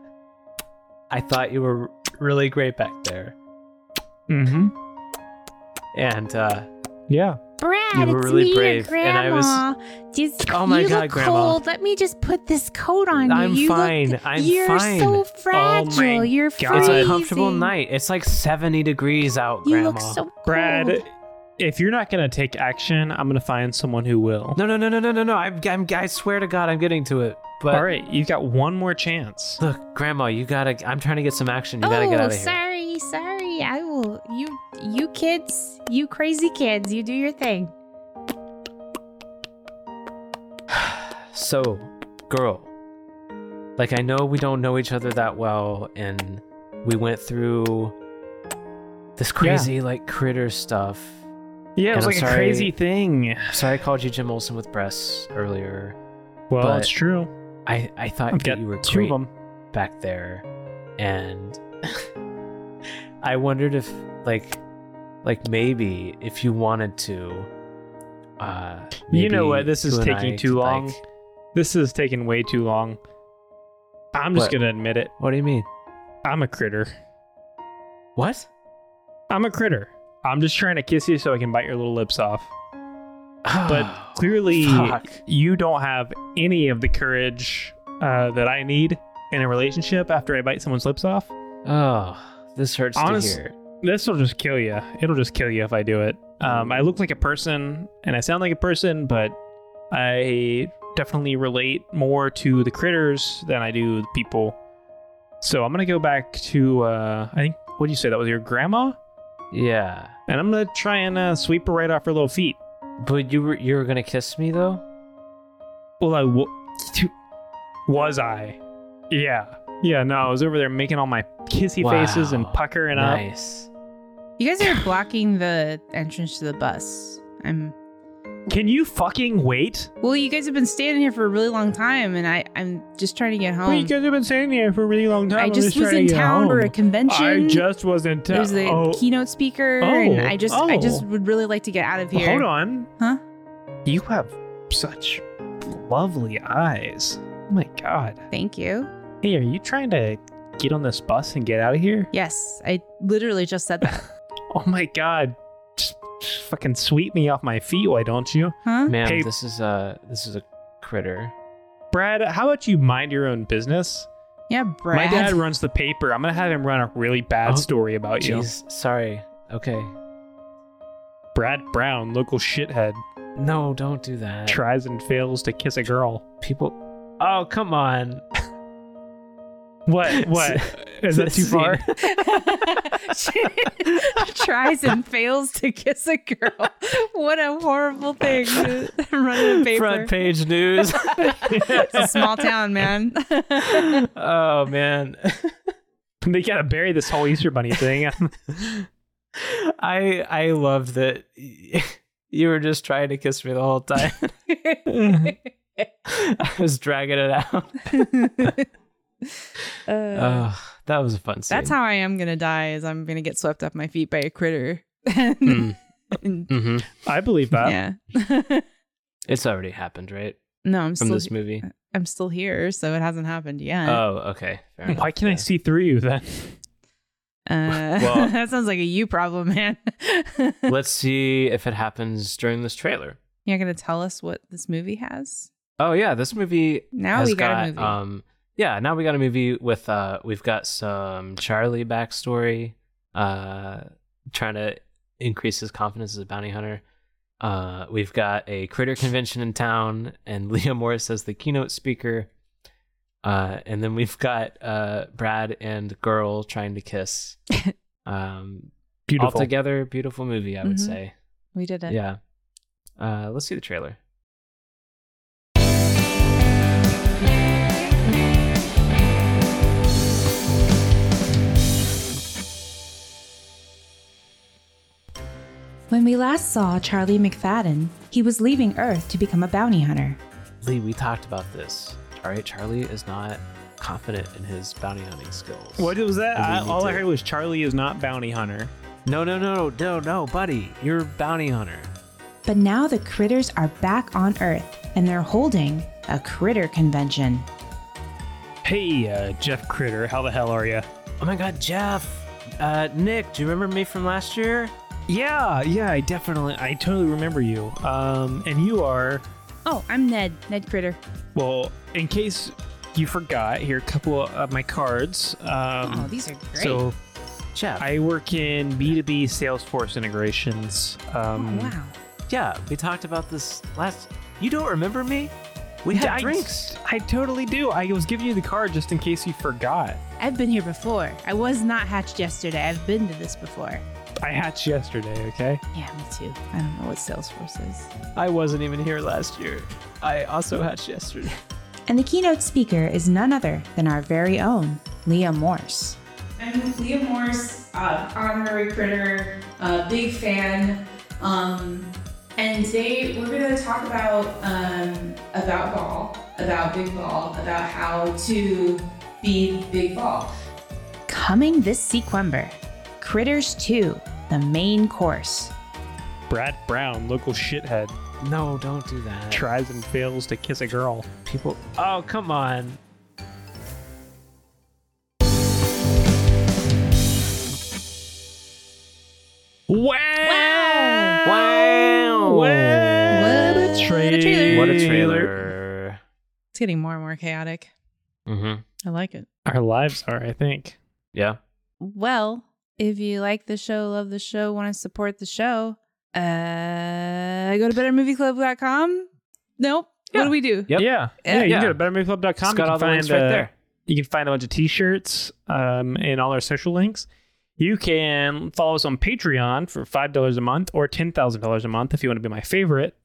S4: I thought you were really great back there.
S3: Mm-hmm.
S4: And uh
S3: Yeah.
S5: Brad,
S4: You were
S5: it's
S4: really
S5: me,
S4: brave,
S5: your
S4: and I was-
S5: grandma. Just,
S4: Oh my
S5: you
S4: God,
S5: look
S4: Grandma.
S5: cold. Let me just put this coat on
S4: I'm
S5: you. You look-
S4: fine. I'm
S5: you're
S4: fine. Oh
S5: so fragile. you're
S3: God.
S5: freezing.
S4: it's a comfortable night. It's like 70 degrees out,
S5: You
S4: grandma.
S5: look so cold.
S3: Brad, if you're not gonna take action, I'm gonna find someone who will.
S4: No, no, no, no, no, no, no. I'm, I'm I swear to god I'm getting to it. But
S3: All right, you've got one more chance.
S4: look, grandma, you got to I'm trying to get some action. You
S5: oh,
S4: got to get out of here.
S5: sorry, sorry. I will. You, you kids, you crazy kids, you do your thing.
S4: So, girl, like I know we don't know each other that well, and we went through this crazy like critter stuff.
S3: Yeah, it was
S4: I'm
S3: like
S4: sorry.
S3: a crazy thing.
S4: Sorry, I called you Jim Olsen with breasts earlier.
S3: Well,
S4: But
S3: it's true.
S4: I I thought
S3: I've
S4: that
S3: got
S4: you were
S3: two
S4: great
S3: of them.
S4: back there, and I wondered if like like maybe if you wanted to uh
S3: You know
S4: maybe
S3: what? This is
S4: you and
S3: taking
S4: I
S3: too
S4: could,
S3: long.
S4: like-
S3: This is taking way too long. I'm just
S4: What?
S3: gonna admit it.
S4: what do you mean?
S3: I'm a critter.
S4: What?
S3: I'm a critter. I'm just trying to kiss you so I can bite your little lips off.
S4: <sighs>
S3: But clearly,
S4: Fuck.
S3: you don't have any of the courage uh, that I need in a relationship after I bite someone's lips off.
S4: Oh, this hurts
S3: Honest-
S4: to hear.
S3: This will just kill you. It'll just kill you if I do it. Um, I look like a person and I sound like a person, but I definitely relate more to the critters than I do the people. So I'm gonna go back to uh, I think what would you say that was your grandma,
S4: Yeah.
S3: and I'm gonna try and uh, sweep her right off her little feet.
S4: But you were you were gonna kiss me though?
S3: Well, I w- was I. Yeah, yeah. No, I was over there making all my kissy faces and
S4: Wow.
S3: puckering up.
S4: nice.
S2: You guys
S3: <sighs>
S2: are blocking the entrance to the bus. I'm
S3: Can you fucking wait?
S2: well. You guys have been standing here for a really long time, and I I'm just trying to get home.
S3: have been staying here for a really long time.
S2: Um, I just was in town for a convention.
S3: was in town.
S2: There's the keynote speaker, and
S3: Oh,
S2: I just I just
S3: oh.
S2: would really like to get out of here.
S3: Hold on.
S2: Huh?
S3: You have such lovely eyes. Oh my god.
S2: Thank you.
S3: Hey, are you trying to get on this bus and get out of here?
S2: Yes, I literally just said that.
S3: Oh my god. Just just fucking sweep me off my feet, why don't you?
S2: Huh?
S4: Ma'am,
S3: Hey-
S4: this is a this is a critter.
S3: Brad, how about you mind your own business?
S2: Yeah, Brad.
S3: My dad runs the paper. I'm gonna have him run a really bad
S4: Oh,
S3: story about you.
S4: Jeez, sorry. Okay.
S3: Brad Brown, local shithead,
S4: No, don't do that.
S3: tries and fails to kiss a girl.
S4: people. Oh, come on.
S3: <laughs> What? What? Is that too
S4: This
S2: <laughs>
S3: far?
S4: scene-
S2: she <laughs> tries and fails to kiss a girl. What a horrible thing! to <laughs> Run a paper.
S4: Front
S2: <laughs>
S4: page news.
S2: it's a small <laughs> town, man.
S4: oh man.
S3: they gotta bury this whole Easter Bunny <laughs> thing.
S4: I I loved that <laughs> you were just trying to kiss me the whole time. <laughs> I was dragging it out.
S2: <laughs>
S4: Oh, that was a fun scene.
S2: Uh, That's how I am gonna die. Is I'm gonna get swept off my feet by a critter. <laughs>
S4: Hmm. <laughs>
S2: And-
S4: Mhm.
S3: I believe that.
S2: yeah. <laughs>
S4: It's already happened, right?
S2: no, I'm
S4: From
S2: still
S4: this movie.
S2: I'm still here, so it hasn't happened yet.
S4: Oh, okay. Fair
S2: <laughs>
S4: enough.
S3: Why can I
S4: Yeah.
S3: see through you then?
S2: Uh, <laughs>
S4: Well-
S2: that sounds like a you problem, man. <laughs>
S4: Let's see if it happens during this trailer.
S2: You're not gonna tell us what this movie has?
S4: Oh yeah, this movie
S2: Now
S4: has
S2: we got, a movie.
S4: um yeah now we got a movie with uh we've got some charlie backstory uh trying to increase his confidence as a bounty hunter uh we've got a critter convention in town and <laughs> leah morris as the keynote speaker uh and then we've got uh brad and girl trying to kiss
S2: <laughs>
S4: um
S3: Beautiful.
S4: altogether beautiful movie i would
S2: Mhm.
S4: say
S2: we did it.
S4: yeah uh let's see the trailer
S1: When we last saw Charlie McFadden, he was leaving Earth to become a bounty hunter.
S4: Lee, we talked about this. All right, Charlie is not confident in his bounty hunting skills.
S3: What was that?
S4: And we
S3: I,
S4: need
S3: all I
S4: to-
S3: heard was Charlie is not bounty hunter.
S4: No, no, no, no, no, buddy. You're a bounty hunter.
S1: But now the critters are back on Earth, and they're holding a critter convention.
S3: Hey, uh, Jeff Critter, how the hell are you?
S4: Oh my God, Jeff. Uh, Nick, do you remember me from last year?
S3: Yeah, yeah, I definitely, I totally remember you. Um, and you are,
S2: Oh, I'm Ned. Ned Critter.
S3: well, in case you forgot, here are a couple of my cards. Um,
S2: Oh, these are great.
S3: So
S4: Jeff.
S3: I work in B2B Salesforce integrations. Um,
S2: Oh, wow.
S4: yeah, we talked about this last. You don't remember me? We had
S3: I,
S4: drinks.
S3: I totally do. I was giving you the card just in case you forgot.
S2: I've been here before. I was not hatched yesterday. I've been to this before.
S3: I hatched yesterday, okay?
S2: Yeah, me too. I don't know what Salesforce is.
S4: I wasn't even here last year. I also hatched yesterday.
S1: <laughs> And the keynote speaker is none other than our very own Leah Morse.
S6: I'm Leah Morse, uh, honorary critter, uh, big fan. Um, and today we're going to talk about um, about ball, about big ball, about how to be big ball.
S5: Coming this sequember, Critters 2, the main course.
S3: Brad Brown, local shithead,
S4: No, don't do that.
S3: tries and fails to kiss a girl.
S4: People. Oh, come on.
S3: Wow!
S4: Wow.
S3: What
S2: What
S3: a
S2: a
S3: trailer!
S2: trailer.
S4: What a trailer.
S2: It's getting more and more chaotic.
S4: Mm-hmm.
S2: I like it.
S3: Our lives are, I think.
S4: Yeah.
S2: Well, if you like the show, love the show, want to support the show, uh, go to bettermovieclub.com. Nope. What
S4: Yeah.
S2: do we do?
S4: Yep.
S3: Yeah. Yeah, you
S4: Yeah.
S3: can go to bettermovieclub.com.
S4: It's got
S3: You can
S4: all the links right
S3: uh,
S4: there.
S3: You can find a bunch of t-shirts um, and all our social links. You can follow us on Patreon for five dollars a month or ten thousand dollars a month if you want to be my favorite.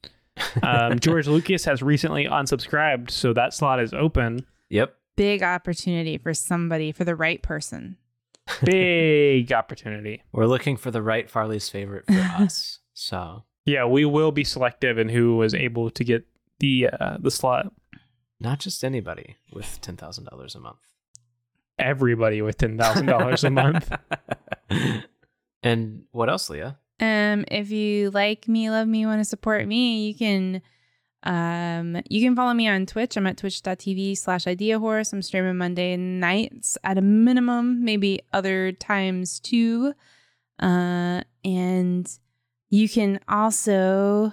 S3: Um, George Lucas has recently unsubscribed, so that slot is open.
S4: Yep.
S2: Big opportunity for somebody, for the right person.
S3: Big opportunity.
S4: We're looking for the right Farley's favorite
S3: <laughs>
S4: for us. So
S3: Yeah, we will be selective in who was able to get the uh, the slot.
S4: not just anybody with ten thousand dollars a month.
S3: Everybody with ten thousand dollars a
S2: <laughs>
S3: month.
S4: <laughs> and what else, Leah?
S2: Um, if you like me, love me, want to support me, you can um you can follow me on Twitch. I'm at twitch.tv slash idea horse. I'm streaming Monday nights at a minimum, maybe other times too. Uh and you can also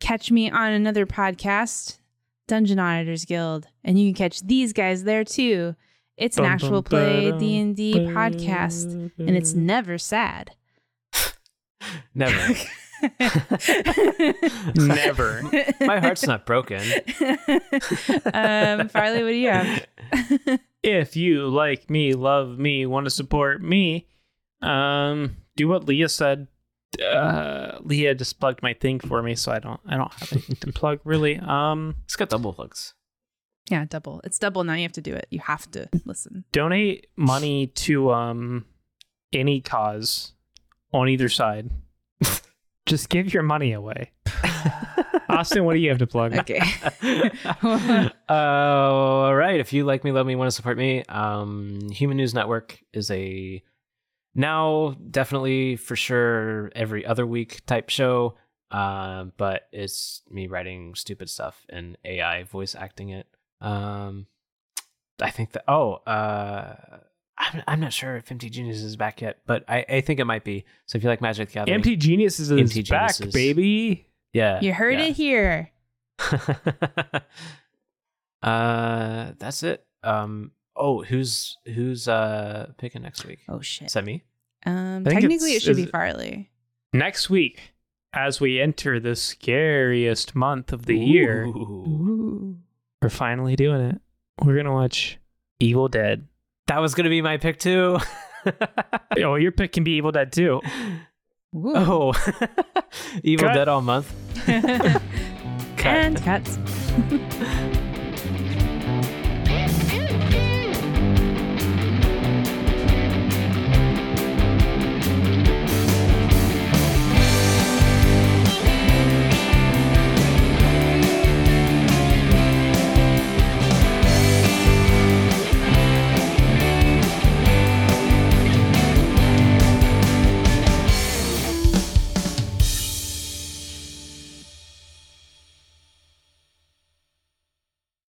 S2: catch me on another podcast, Dungeon Auditors Guild, and you can catch these guys there too. It's an
S3: Dun,
S2: actual
S3: dun,
S2: play
S3: dun,
S2: D&D podcast and it's never sad.
S3: <laughs>
S4: Never.
S3: never.
S4: My heart's not broken.
S2: <laughs> um, Farley, what do you have?
S3: if you like me, love me, want to support me, um, do what Leah said. Uh, Leah just plugged my thing for me, so I don't, I don't have anything to plug really. Um,
S4: It's got double hooks.
S2: Yeah, double. It's double. Now you have to do it. You have to listen.
S3: donate money to um any cause on either side. just give your money away. Austin, what do you have to plug?
S2: Okay.
S4: uh, <laughs> all right. If you like me, love me, want to support me, um, Human News Network is a now definitely for sure every other week type show, uh, but it's me writing stupid stuff and AI voice acting it. Um, I think that oh, uh, I'm, I'm not sure if Empty Genius is back yet, but I, I think it might be. So if you like Magic the Gathering,
S3: Empty Geniuses is
S4: Empty
S3: back,
S4: Geniuses.
S3: baby.
S4: yeah,
S2: You heard
S4: yeah.
S2: it here.
S4: <laughs> uh that's it um oh who's who's uh picking next week
S2: Oh shit.
S4: is that me
S2: Um,
S3: I think
S2: technically,
S3: it's-
S2: it should
S3: is
S2: be
S3: it-
S2: Farley.
S3: Next week, as we enter the scariest month of the year.
S4: Ooh.
S2: Ooh.
S3: We're finally doing it. We're gonna watch Evil Dead.
S4: that was gonna be my pick too
S3: Oh, your pick can be Evil Dead too.
S2: Ooh.
S4: <laughs> oh evil
S3: Cut.
S4: <laughs> dead all month
S2: and cuts.